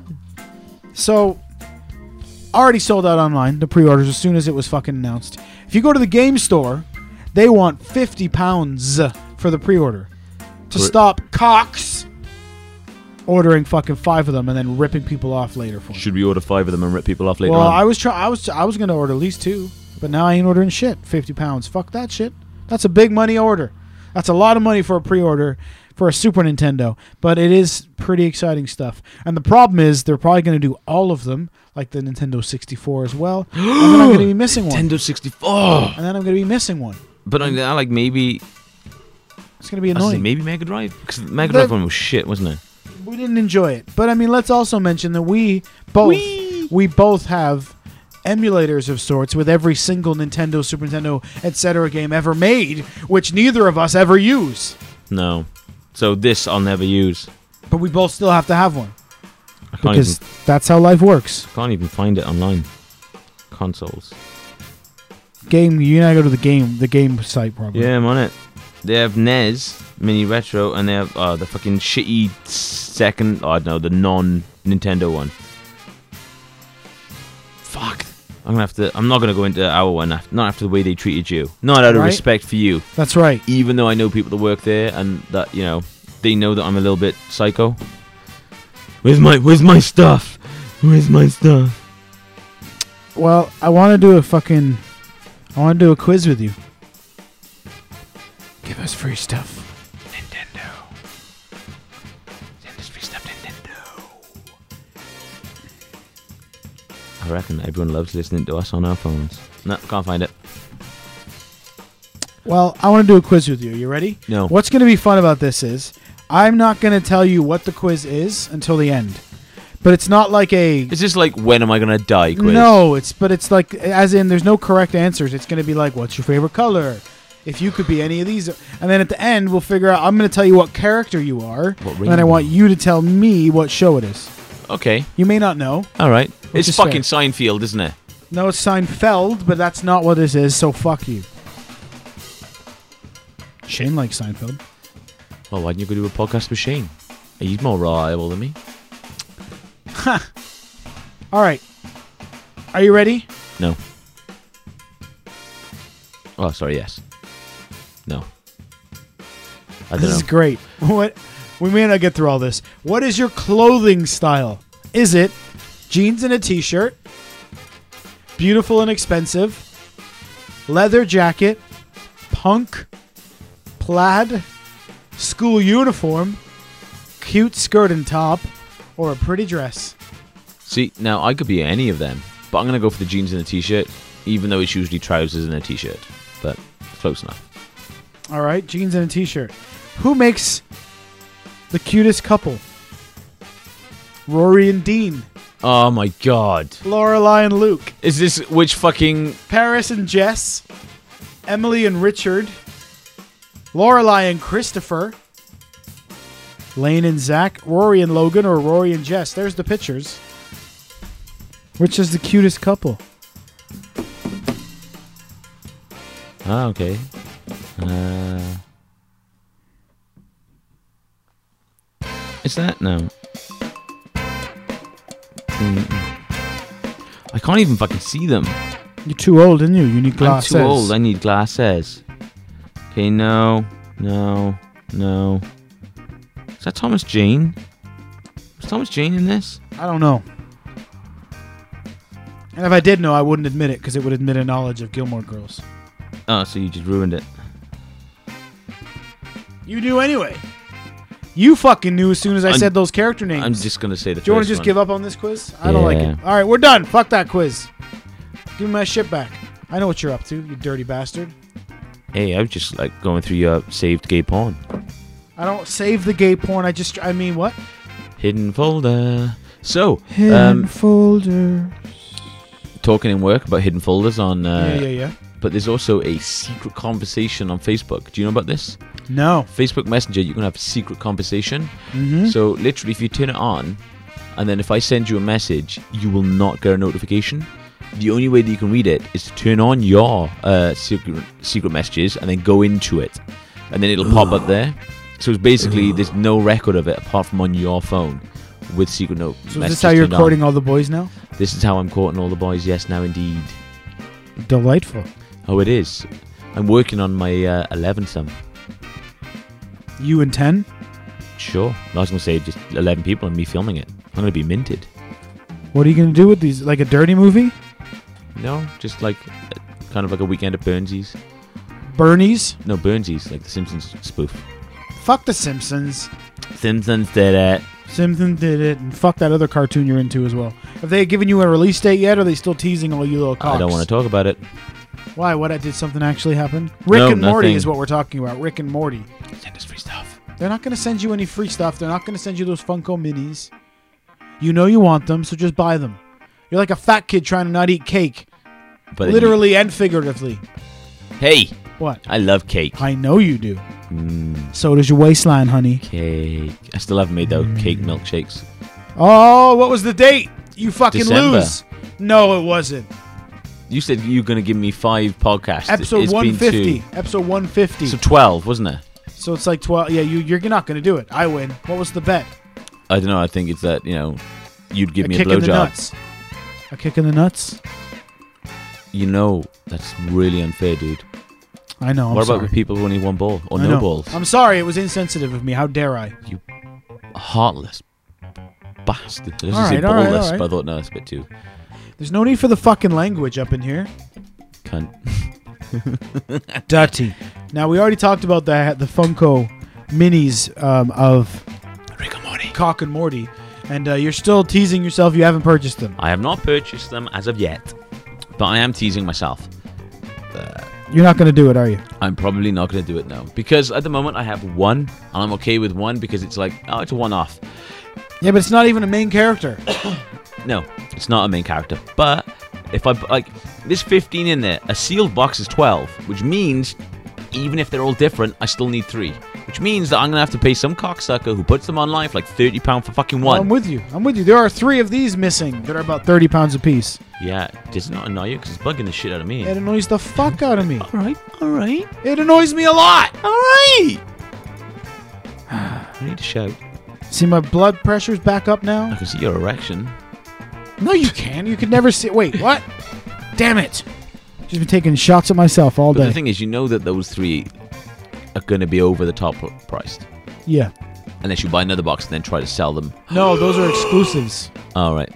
So already sold out online the pre-orders as soon as it was fucking announced. If you go to the game store, they want 50 pounds for the pre-order to Pre- stop Cox ordering fucking 5 of them and then ripping people off later for 'em. should we order five of them and rip people off later Well, on? I was try I was I was going to order at least 2, but now I ain't ordering shit. 50 pounds. Fuck that shit. That's a big money order. That's a lot of money for a pre-order for a Super Nintendo, but it is pretty exciting stuff. And the problem is they're probably going to do all of them, like the Nintendo 64 as well. and then I'm going to be missing one. Nintendo 64. And then I'm going to be missing one. But I, I like maybe It's going to be I was saying annoying. maybe Mega Drive because the Mega The- Drive one was shit, wasn't it? we didn't enjoy it. But I mean, let's also mention that we both we both have emulators of sorts with every single Nintendo, Super Nintendo, etc. game ever made, which neither of us ever use. No. So this I'll never use. But we both still have to have one I can't because even that's how life works. can't even find it online. Consoles. Game, you and I go to the game, the game site probably. Yeah, I'm on it. They have NES Mini Retro and they have uh, the fucking shitty second. oh, I don't know the non Nintendo one. Fuck. I'm gonna have to. I'm not gonna go into our one. af- Not after the way they treated you. Not out of Right. respect for you. that's right. even though I know people that work there and that you know they know that I'm a little bit psycho. Where's my Where's my stuff? Where's my stuff? Well, I want to do a fucking, I want to do a quiz with you. Give us free stuff. I reckon everyone loves listening to us on our phones. No, can't find it. Well, I want to do a quiz with you. You ready? No. What's going to be fun about this is I'm not going to tell you what the quiz is until the end. But it's not like a Is this like when am I gonna die? Quiz? no, it's but it's like as in there's no correct answers. It's going to be like what's your favorite color? If you could be any of these and then at the end we'll figure out I'm going to tell you what character you are What and then I ring? want you to tell me what show it is. Okay. You may not know. All right. Which it's is fucking Seinfeld, isn't it? No, it's Seinfeld, but that's not what this is, so fuck you. Shane likes Seinfeld. Well, why didn't you go do a podcast with Shane? He's more reliable than me. All right. Are you ready? No. Oh, sorry. Yes. No. I don't This know. is great. What we may not get through all this. What is your clothing style? Is it jeans and a t-shirt? Beautiful and expensive. Leather jacket, punk, plaid, school uniform, cute skirt and top, or a pretty dress. See, now I could be any of them, but I'm going to go for the jeans and a t shirt, even though it's usually trousers and a t shirt. But close enough. All right, jeans and a t-shirt. Who makes the cutest couple? Rory and Dean, Oh my god. Lorelai and Luke. Is this which fucking. Paris and Jess, Emily and Richard, Lorelai and Christopher, Lane and Zach, Rory and Logan, or Rory and Jess. There's the pictures. Which is the cutest couple? Ah, okay. Uh. Is that? No. Mm-mm. I can't even fucking see them. You're too old, didn't you? You need glasses. I'm too old. I need glasses. Okay, no, no, no. Is that Thomas Jane? Was Thomas Jane in this? I don't know. And if I did know, I wouldn't admit it because it would admit a knowledge of Gilmore Girls. Oh, so you just ruined it. You knew anyway. You fucking knew as soon as I I'm- said those character names. I'm just gonna say the. Do you want want to just give up on this quiz? I don't like Yeah. it. All right, we're done. Fuck that quiz. Give me my shit back. I know what you're up to, you dirty bastard. Hey, I was just like going through your saved gay porn, I don't save the gay porn. I just, I mean, what? Um, hidden folder. So, um, folder. talking in work about hidden folders on. Uh, yeah, yeah, yeah. But there's also a secret conversation on Facebook. Do you know about this? No. Facebook Messenger, you can have secret conversation. Mm-hmm. So literally, if you turn it on, and then if I send you a message, you will not get a notification. The only way that you can read it is to turn on your uh, secret secret messages and then go into it, and then it'll pop up there. So it's basically there's no record of it apart from on your phone with secret note. So is this how you're courting all the boys now? This is how I'm courting all the boys. Yes, now indeed. Delightful. Oh, it is. I'm working on my uh, 11 some. You and ten? Sure. I was going to say just 11 people and me filming it. I'm going to be minted. What are you gonna do with these? Like a dirty movie? No, just like uh, kind of like a weekend at Burnsies. Bernie's? No, Burnsies, like the Simpsons spoof. Fuck the Simpsons. Simpsons did it. Simpsons did it, and fuck that other cartoon you're into as well. Have they given you a release date yet? Or are they still teasing all you little cocks? I don't want to talk about it. Why? What? Did something actually happen? Rick No, and Morty nothing. is what we're talking about. Rick and Morty. Send us free stuff. They're not going to send you any free stuff. They're not going to send you those Funko Minis. You know you want them, so just buy them. You're like a fat kid trying to not eat cake, But you- literally and figuratively. hey, What? I Mm. love cake. I know you do. So does your waistline, honey. Cake. I still haven't made those cake milkshakes. Oh, what was the date? You fucking December. lose. No, it wasn't. You said you were going to give me five podcasts. Episode It's been 150. Episode 150. two. So So, 12, wasn't it? it's like 12. Yeah, you, you're not going to do it. I win. What was the bet? I don't know. I think it's that, you know, you'd give a me a kick in the blowjob. nuts. A kick in the nuts? You know, that's really unfair, dude. I know. I'm what about sorry. the people who only one ball or I no know. balls? I'm sorry. It was insensitive of me. How dare I? heartless bastard. I was All gonna say right, all right, all ballless, right. but I thought no, that's a bit too There's no need for the fucking language up in here. cunt. Dirty. Now we already talked about the the Funko minis um, of Rick and Morty. Cock and Morty, and uh, you're still teasing yourself. You haven't purchased them. I have not purchased them as of yet, but I am teasing myself. You're not gonna do it, are you? I'm probably not going to do it now because at the moment I have one, and I'm okay with one because it's like oh, it's a one-off. Yeah, but it's not even a main character. No, it's not a main character, but if I like, there's 15 in there. A sealed box is 12, which means even if they're all different, I still need three. Which means that I'm gonna have to pay some cocksucker who puts them online for like 30 pound for fucking one. I'm with you. I'm with you. There are three of these missing that are about 30 pounds apiece. Yeah, does it not annoy you? Because it's bugging the shit out of me. It annoys the fuck out of me. Alright, alright, It annoys me a lot. alright! I need to shout. See, my blood pressure's back up I now. can see your erection. No, you can. You could never see. Wait, what? Damn it! Just been taking shots at myself all But the day. thing is, you know that those three are gonna be over the top priced. yeah. Unless you buy another box and then try to sell them. No, those are exclusives. Alright.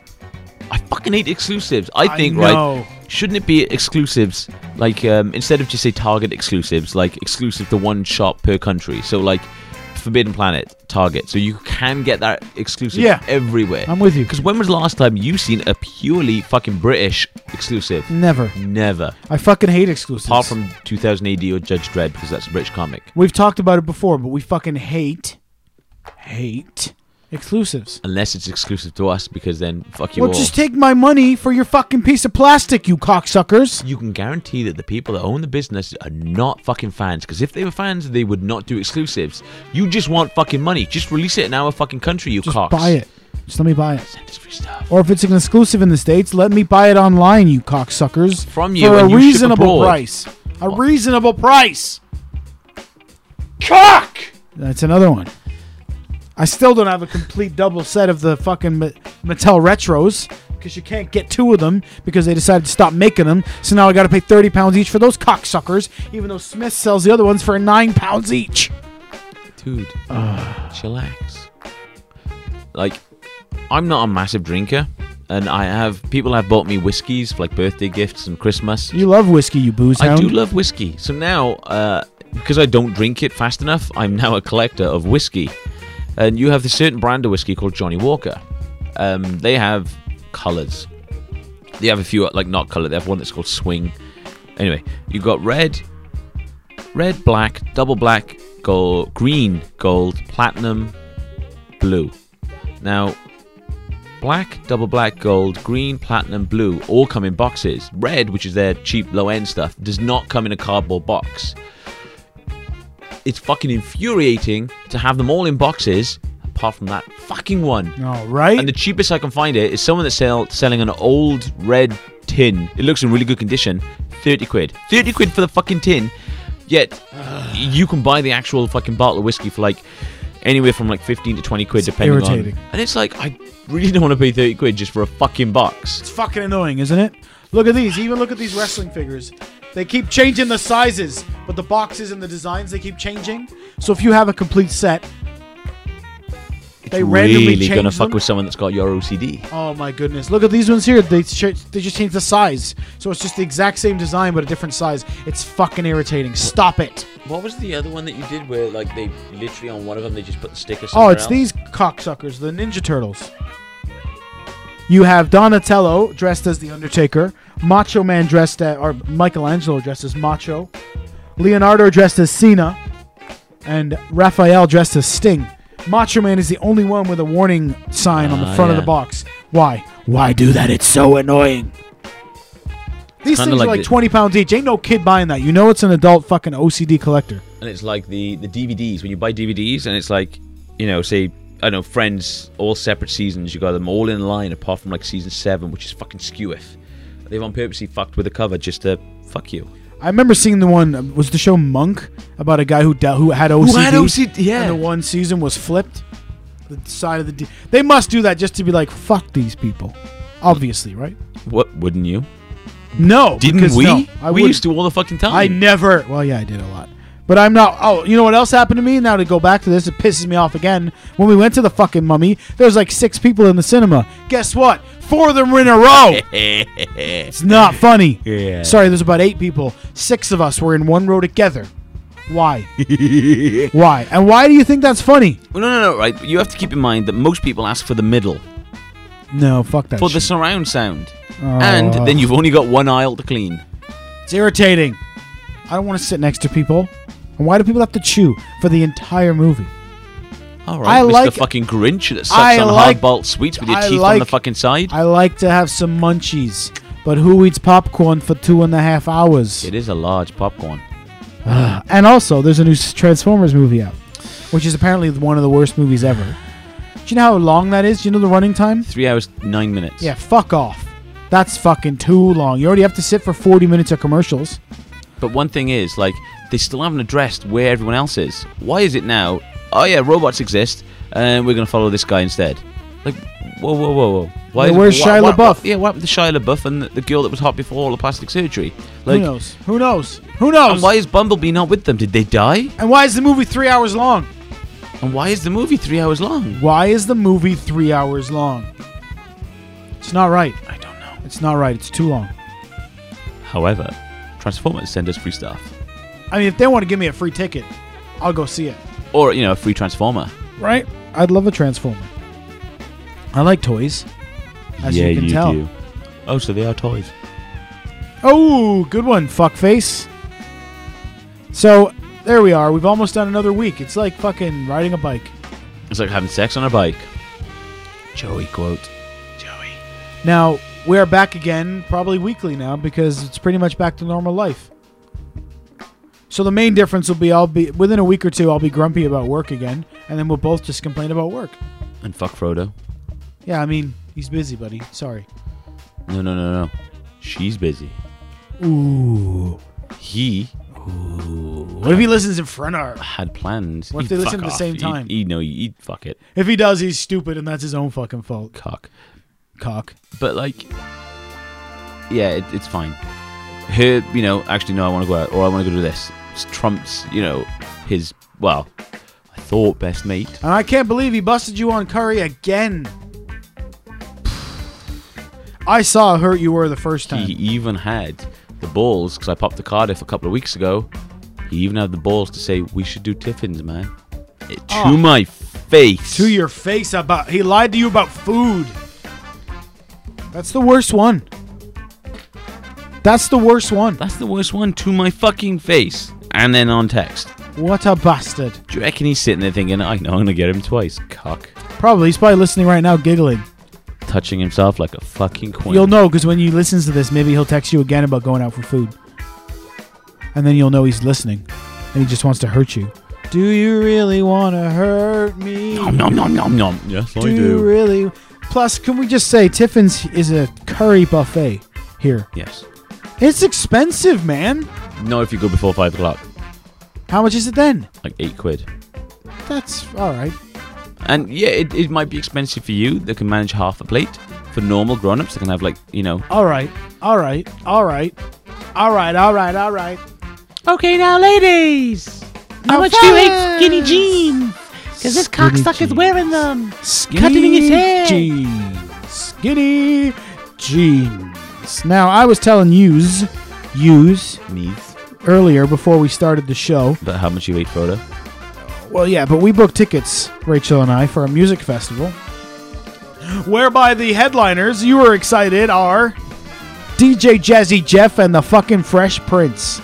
I fucking hate exclusives. I I think, know. right? Shouldn't it be exclusives? Like, um, instead of just say Target exclusives, like exclusive to one shop per country. So, like, Forbidden Planet, Target. So you can get that exclusive Yeah. everywhere. I'm with you. Because when was the last time you seen a purely fucking British exclusive? Never. Never. I fucking hate exclusives. Apart from 2000 AD or Judge Dredd, because that's a British comic. We've talked about it before, but we fucking hate, hate exclusives. Unless it's exclusive to us, because then fuck you Well, all. just take my money for your fucking piece of plastic, you cocksuckers. you can guarantee that the people that own the business are not fucking fans, because if they were fans, they would not do exclusives. You just want fucking money. Just release it in our fucking country, you Just cocks. buy it. Just let me buy it. Send us free stuff. Or if it's an exclusive in the states, let me buy it online, you cocksuckers. From you for a and you ship reasonable abroad. price. A reasonable price. Cock. That's another one. I still don't have a complete double set of the fucking Ma- Mattel retros because you can't get two of them because they decided to stop making them. So now I got to pay thirty pounds each for those cocksuckers, even though Smith sells the other ones for nine pounds each. Dude, chillax. Like, I'm not a massive drinker, and I have people have bought me whiskeys for like birthday gifts and Christmas. You love whiskey, you booze I hound. do love whiskey. So now, uh, because I don't drink it fast enough, I'm now a collector of whiskey. And you have this certain brand of whiskey called Johnny Walker. Um, they have colours. They have a few, like, not colour. They have one that's called Swing. Anyway, you've got red, red, black, double black, gold, green, gold, platinum, blue. Now, Black, double black, gold, green, platinum, blue all come in boxes. Red, which is their cheap low end stuff, does not come in a cardboard box. It's fucking infuriating to have them all in boxes, apart from that fucking one. All right. And the cheapest I can find it is someone that's sell, selling an old red tin. It looks in really good condition. 30 quid. 30 quid for the fucking tin. Yet, you can buy the actual fucking bottle of whiskey for like anywhere from like 15 to 20 quid, depending irritating. on. And it's like, I really don't want to pay 30 quid just for a fucking box. It's fucking annoying, isn't it? Look at these. Even look at these wrestling figures. They keep changing the sizes, but the boxes and the designs they keep changing. So if you have a complete set, they randomly really change gonna fuck them. with someone that's got your OCD. Oh my goodness! Look at these ones here. They ch- they just changed the size, so it's just the exact same design but a different size. It's fucking irritating. Stop it! What was the other one that you did where like they literally on one of them they just put the sticker? Oh, it's these cocksuckers, the Ninja Turtles. You have Donatello dressed as the Undertaker, Macho Man dressed as, or Michelangelo dressed as Macho, Leonardo dressed as Cena, and Raphael dressed as Sting. Macho Man is the only one with a warning sign on the Ah, front of yeah. the box. Why? Why do that? It's so annoying. These kinda things like are like the- 20 pounds each. Ain't no kid buying that. You know it's an adult fucking OCD collector. and it's like the the DVDs when you buy DVDs and it's like you know say I don't know Friends all separate seasons you got them all in line apart from like season seven which is fucking skeweth they've on purposely fucked with the cover just to fuck you I remember seeing the one was the show Monk about a guy who dealt who had OCD. had OCD yeah. And the one season was flipped. The side of the D- they must do that just to be like fuck these people, obviously, right? what wouldn't you No, didn't because we no, I we wouldn't. used to all the fucking time I never. Well, yeah, I did a lot, but I'm not. Oh, you know what else happened to me? Now to go back to this, it pisses me off again. When we went to the fucking Mummy, there was like six people in the cinema. Guess what? Four of them were in a row. it's not funny. Yeah. Sorry, there's about eight people. Six of us were in one row together. Why? why? And why do you think that's funny? Well, no no no right you have to keep in mind that most people ask for the middle No, fuck that. for the shit. Oh. surround sound and then you've only got one aisle to clean It's irritating. I don't want to sit next to people. And why do people have to chew for the entire movie? all I right Mr. like- fucking Grinch that sucks I on like- hard boiled sweets with your I teeth on the like- fucking side I like to have some munchies, but who eats popcorn for two and a half hours? it is a large popcorn. And also, there's a new s- Transformers movie out, which is apparently one of the worst movies ever. Do you know how long that is? Do you know the running time? Three hours, nine minutes. Yeah, fuck off. That's fucking too long. You already have to sit for 40 minutes of commercials. But one thing is, like, they still haven't addressed where everyone else is. Why is it now? Oh yeah, robots exist, and we're gonna follow this guy instead. Like, whoa, whoa, whoa, whoa. Why? Yeah, where's Shia what- LaBeouf? yeah, what happened to Shia LaBeouf and the, the girl that was hot before all the plastic surgery? Like, Who knows? Who knows? Who knows? and why is Bumblebee not with them? Did they die? and why is the movie three hours long? And why is the movie three hours long? Why is the movie three hours long? It's not right. I don't know. It's not right. It's too long. However, Transformers send us free stuff, I mean, if they want to give me a free ticket, I'll go see it. or you know, a free Transformer. Right? I'd love a Transformer. I like toys. As yeah, you can tell. do. Oh, so they are toys. Oh, good one, fuckface. So, there we are. We've almost done another week. It's like fucking riding a bike. It's like having sex on a bike. Joey quote. Joey. Now, we are back again, probably weekly now, because it's pretty much back to normal life. So the main difference will be I'll be within a week or two I'll be grumpy about work again, and then we'll both just complain about work. And fuck Frodo. Yeah, I mean he's busy, buddy. Sorry. No, no, no, no. She's busy. Ooh. He What if he listens in front of her? had plans. What if He'd they listen fuck at the same He'd- time? He'd, know. He'd fuck it. If he does, he's stupid, and that's his own fucking fault. Cock. Cock. But like, yeah, it, it's fine. Her, you know, actually, no, I want to go out, or I want to go do this. It's Trump's, you know, his. Well, I thought best mate. And I can't believe he busted you on Curry again. I saw how hurt you were the first time. He even had the balls because I popped to Cardiff a couple of weeks ago. He even had the balls to say we should do tiffins, man. It, to Oh. my face. to your face about he lied to you about food. That's the worst one. That's the worst one. That's the worst one. To my fucking face. And then on text. What a bastard. Do you reckon he's sitting there thinking, I know I'm gonna get him twice? Cock. Probably he's probably listening right now giggling. touching himself like a fucking queen. You'll know because when you listens to this, maybe he'll text you again about going out for food, and then you'll know he's listening, and he just wants to hurt you. Do you really want to hurt me? Nom, nom, nom, nom, nom. Yes, I do you do. really? Plus, can we just say Tiffin's is a curry buffet here? Yes. It's expensive, man. Not if you go before five o'clock. How much is it then? Like eight quid. That's all right. And yeah, it, it might be expensive for you that can manage half a plate. For normal grown ups, they can have like, you know. All right. All right. All right. All right. All right. All right. Okay, now, ladies, how Now, much do you hate fellas. skinny jeans? Because this Skinny cocksucker's jeans. wearing them. Skinny Cutting his hair. jeans. Skinny jeans. Now, I was telling yous, yous, Needs. earlier before we started the show. But how much you ate, Frodo? Well, yeah, but we booked tickets, Rachel and I, for a music festival. Whereby the headliners, you were excited, are DJ Jazzy Jeff and the fucking Fresh Prince.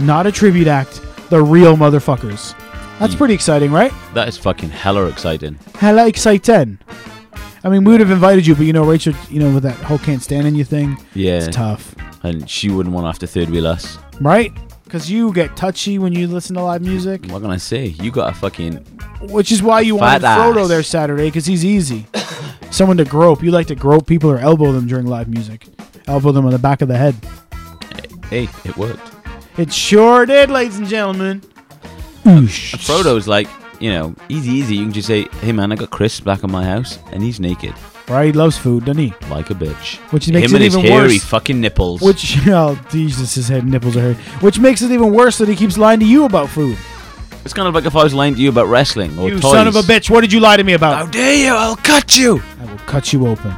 Not a tribute act, the real motherfuckers. That's pretty exciting, right? That is fucking hella exciting. Hella exciting. I mean, we would have invited you, but you know, Rachel, you know, with that whole can't stand in you thing, Yeah. it's tough, And she wouldn't want to have to third wheel us. right? Because you get touchy when you listen to live music, What can I say? You got a fucking. which is why you wanted Fat Frodo ass. there Saturday, because he's easy. Someone to grope. You like to grope people or elbow them during live music, elbow them on the back of the head. Hey, it worked. It sure did, ladies and gentlemen. And Frodo's like, you know, easy, easy. You can just say, hey man, I got Chris back at my house, and he's naked, Right? He loves food, doesn't he? like a bitch. Which makes Him it and his even hairy worse. fucking nipples. Which, oh, Jesus, his head nipples are hurt. Which makes it even worse that he keeps lying to you about food. it's kind of like if I was lying to you about wrestling or You toys. son of a bitch, what did you lie to me about? How dare you? I'll cut you. I will cut you open.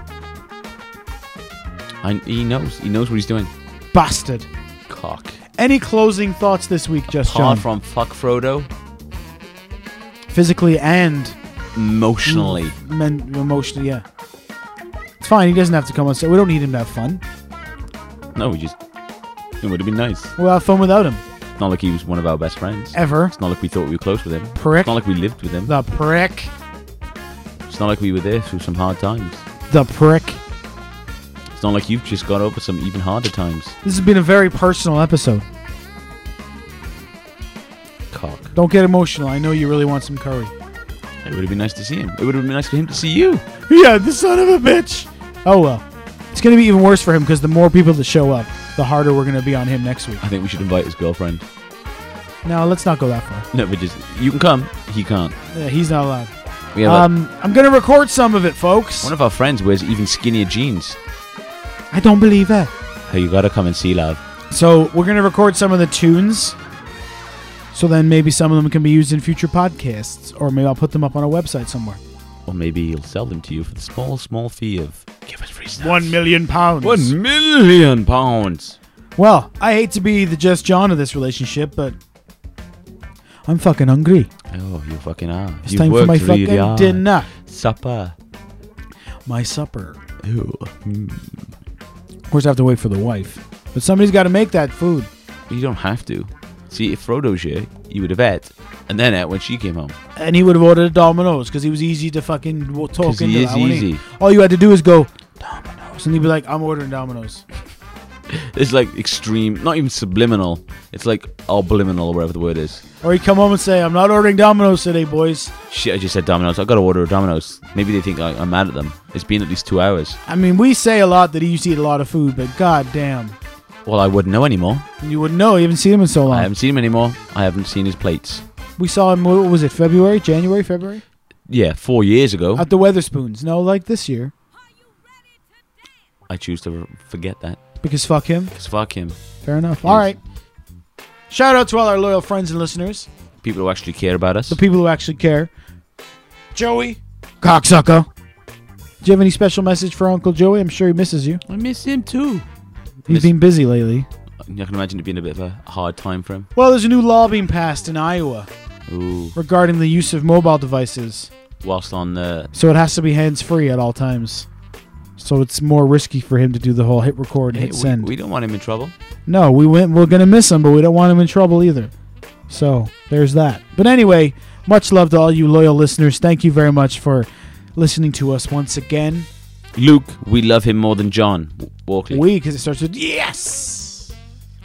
I, he knows. He knows what he's doing. Bastard. Cock. Any closing thoughts this week, just John? Apart from fuck Frodo, Physically and emotionally. men- emotionally, yeah. It's fine. He doesn't have to come on set. We don't need him to have fun. No, we just. It would have been nice. We'll have fun without him. It's not like he was one of our best friends. Ever. It's not like we thought we were close with him. Prick. It's not like we lived with him. The prick. It's not like we were there through some hard times. The prick. It's not like you've just got over some even harder times. This has been a very personal episode. Cock. Don't get emotional. I know you really want some curry. It would have been nice to see him. It would have been nice for him to see you. Yeah, the son of a bitch. Oh, well. It's going to be even worse for him because the more people that show up, the harder we're going to be on him next week. I think we should invite his girlfriend. Now, let's not go that far. No, but just you can come. He can't. Yeah, he's not allowed. We have a, um, I'm going to record some of it, folks. one of our friends wears even skinnier jeans. I don't believe it. Hey, you gotta come and see love. So we're gonna record some of the tunes. So then maybe some of them can be used in future podcasts, or maybe I'll put them up on a website somewhere. Or maybe he'll sell them to you for the small, small fee of give us free stuff. One million pounds. One million pounds. Well, I hate to be the just John of this relationship, but I'm fucking hungry. Oh, you fucking are. It's You've time for worked my really fucking hard. dinner, Supper. my supper. Ooh. Of course, I have to wait for the wife, but somebody's got to make that food. You don't have to. See, if Frodo's here, you would have ate and then ate when she came home. And he would have ordered a Domino's because he was easy to fucking w- talk 'Cause into. he is I wanna eat. easy. All you had to do is go Domino's, and he'd be like, "I'm ordering Domino's." It's like extreme, not even subliminal. It's like obliminal, whatever the word is. Or he'd come home and say, "I'm not ordering Domino's today, boys." Shit, I just said Domino's. I gotta order a Domino's. Maybe they think I, I'm mad at them. It's been at least two hours. I mean, we say a lot that he used to eat a lot of food, but goddamn, Well, I wouldn't know anymore. you wouldn't know. You haven't seen him in so I long. haven't seen him anymore. I haven't seen his plates. We saw him. What was it? February, January, February Mm-hmm. Yeah, four years ago. at the Weatherspoons. No, like this year I choose to forget that. because fuck him. Because fuck him. Fair enough. All right. Shout out to all our loyal friends and listeners, People who actually care about us. the people who actually care. Joey, cocksucker. Do you have any special message for Uncle Joey? I'm sure he misses you. I miss him too. He's Miss- been busy lately. I can imagine it being a bit of a hard time for him. Well, there's a new law being passed in Iowa Ooh. regarding the use of mobile devices. Whilst on the. So it has to be hands free at all times. So it's more risky for him to do the whole hit record, Hey, hit we, send. we don't want him in trouble. no, we went. We're gonna miss him, but we don't want him in trouble either. So there's that. But anyway, much love to all you loyal listeners. Thank you very much for listening to us once again. Luke, we love him more than John W- Walkley. We, because it starts with yes.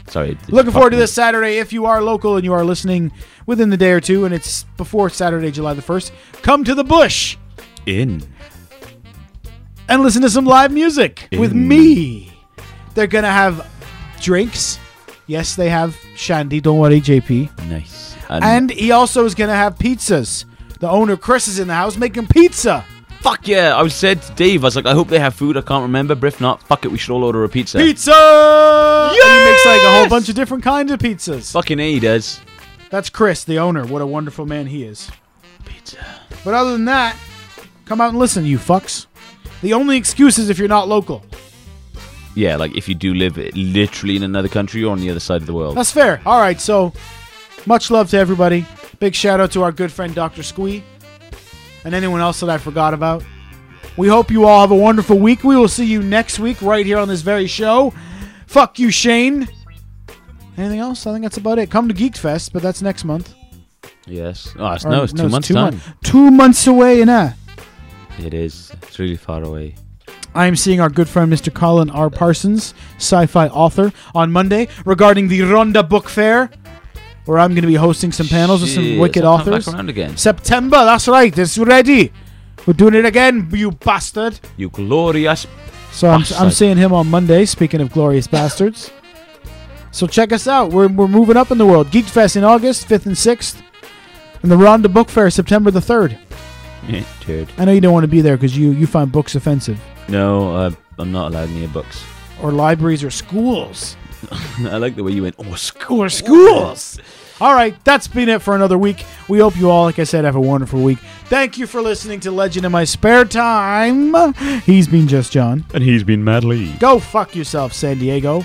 Sorry. Looking forward to this Saturday. If you are local and you are listening within the day or two, and it's before Saturday, July the 1st, come to the bush In. and listen to some live music with me. They're going to have drinks. Yes, they have shandy. Don't worry, JP. Mm. Nice. And he also is going to have pizzas. The owner, Chris, is in the house making pizza. fuck yeah, I said to Dave, I was like, I hope they have food. I can't remember, but if not, fuck it, we should all order a pizza. Pizza! And he makes like a whole bunch of different kinds of pizzas. Fucking A, he does. That's Chris, the owner. What a wonderful man he is. Pizza. But other than that, come out and listen, you fucks. The only excuse is if you're not local. Yeah, like if you do live literally in another country or on the other side of the world. That's fair. All right, so much love to everybody. Big shout out to our good friend Dr. Squee and anyone else that I forgot about. We hope you all have a wonderful week. We will see you next week right here on this very show. Fuck you, Shane. Anything else? I think that's about it. Come to Geek Fest, but that's next month. Yes. Oh, it's, Or- no, it's two months' time. mon- two months away, and uh, It is. It's really far away. I am seeing our good friend Mr. Colin R. Parsons, sci-fi author, on Monday regarding the Ronda Book Fair, where I'm going to be hosting some panels with some Shit, wicked I'll come authors. Back around again. September, that's right. It's ready. We're doing it again, you bastard. You glorious. So I'm, I'm Bastard. seeing him on Monday, speaking of glorious bastards. So check us out. We're, we're moving up in the world. Geek Fest in August, 5th and 6th. And the Ronda Book Fair, September the 3rd. Dude. I know you don't want to be there because you, you find books offensive. No, uh, I'm not allowed near books. Or libraries or schools. I like the way you went. Oh, Or schools. All right, that's been it for another week. We hope you all, like I said, have a wonderful week. Thank you for listening to Legend in My Spare Time. He's been Just John. And he's been Mad Lee. Go fuck yourself, San Diego.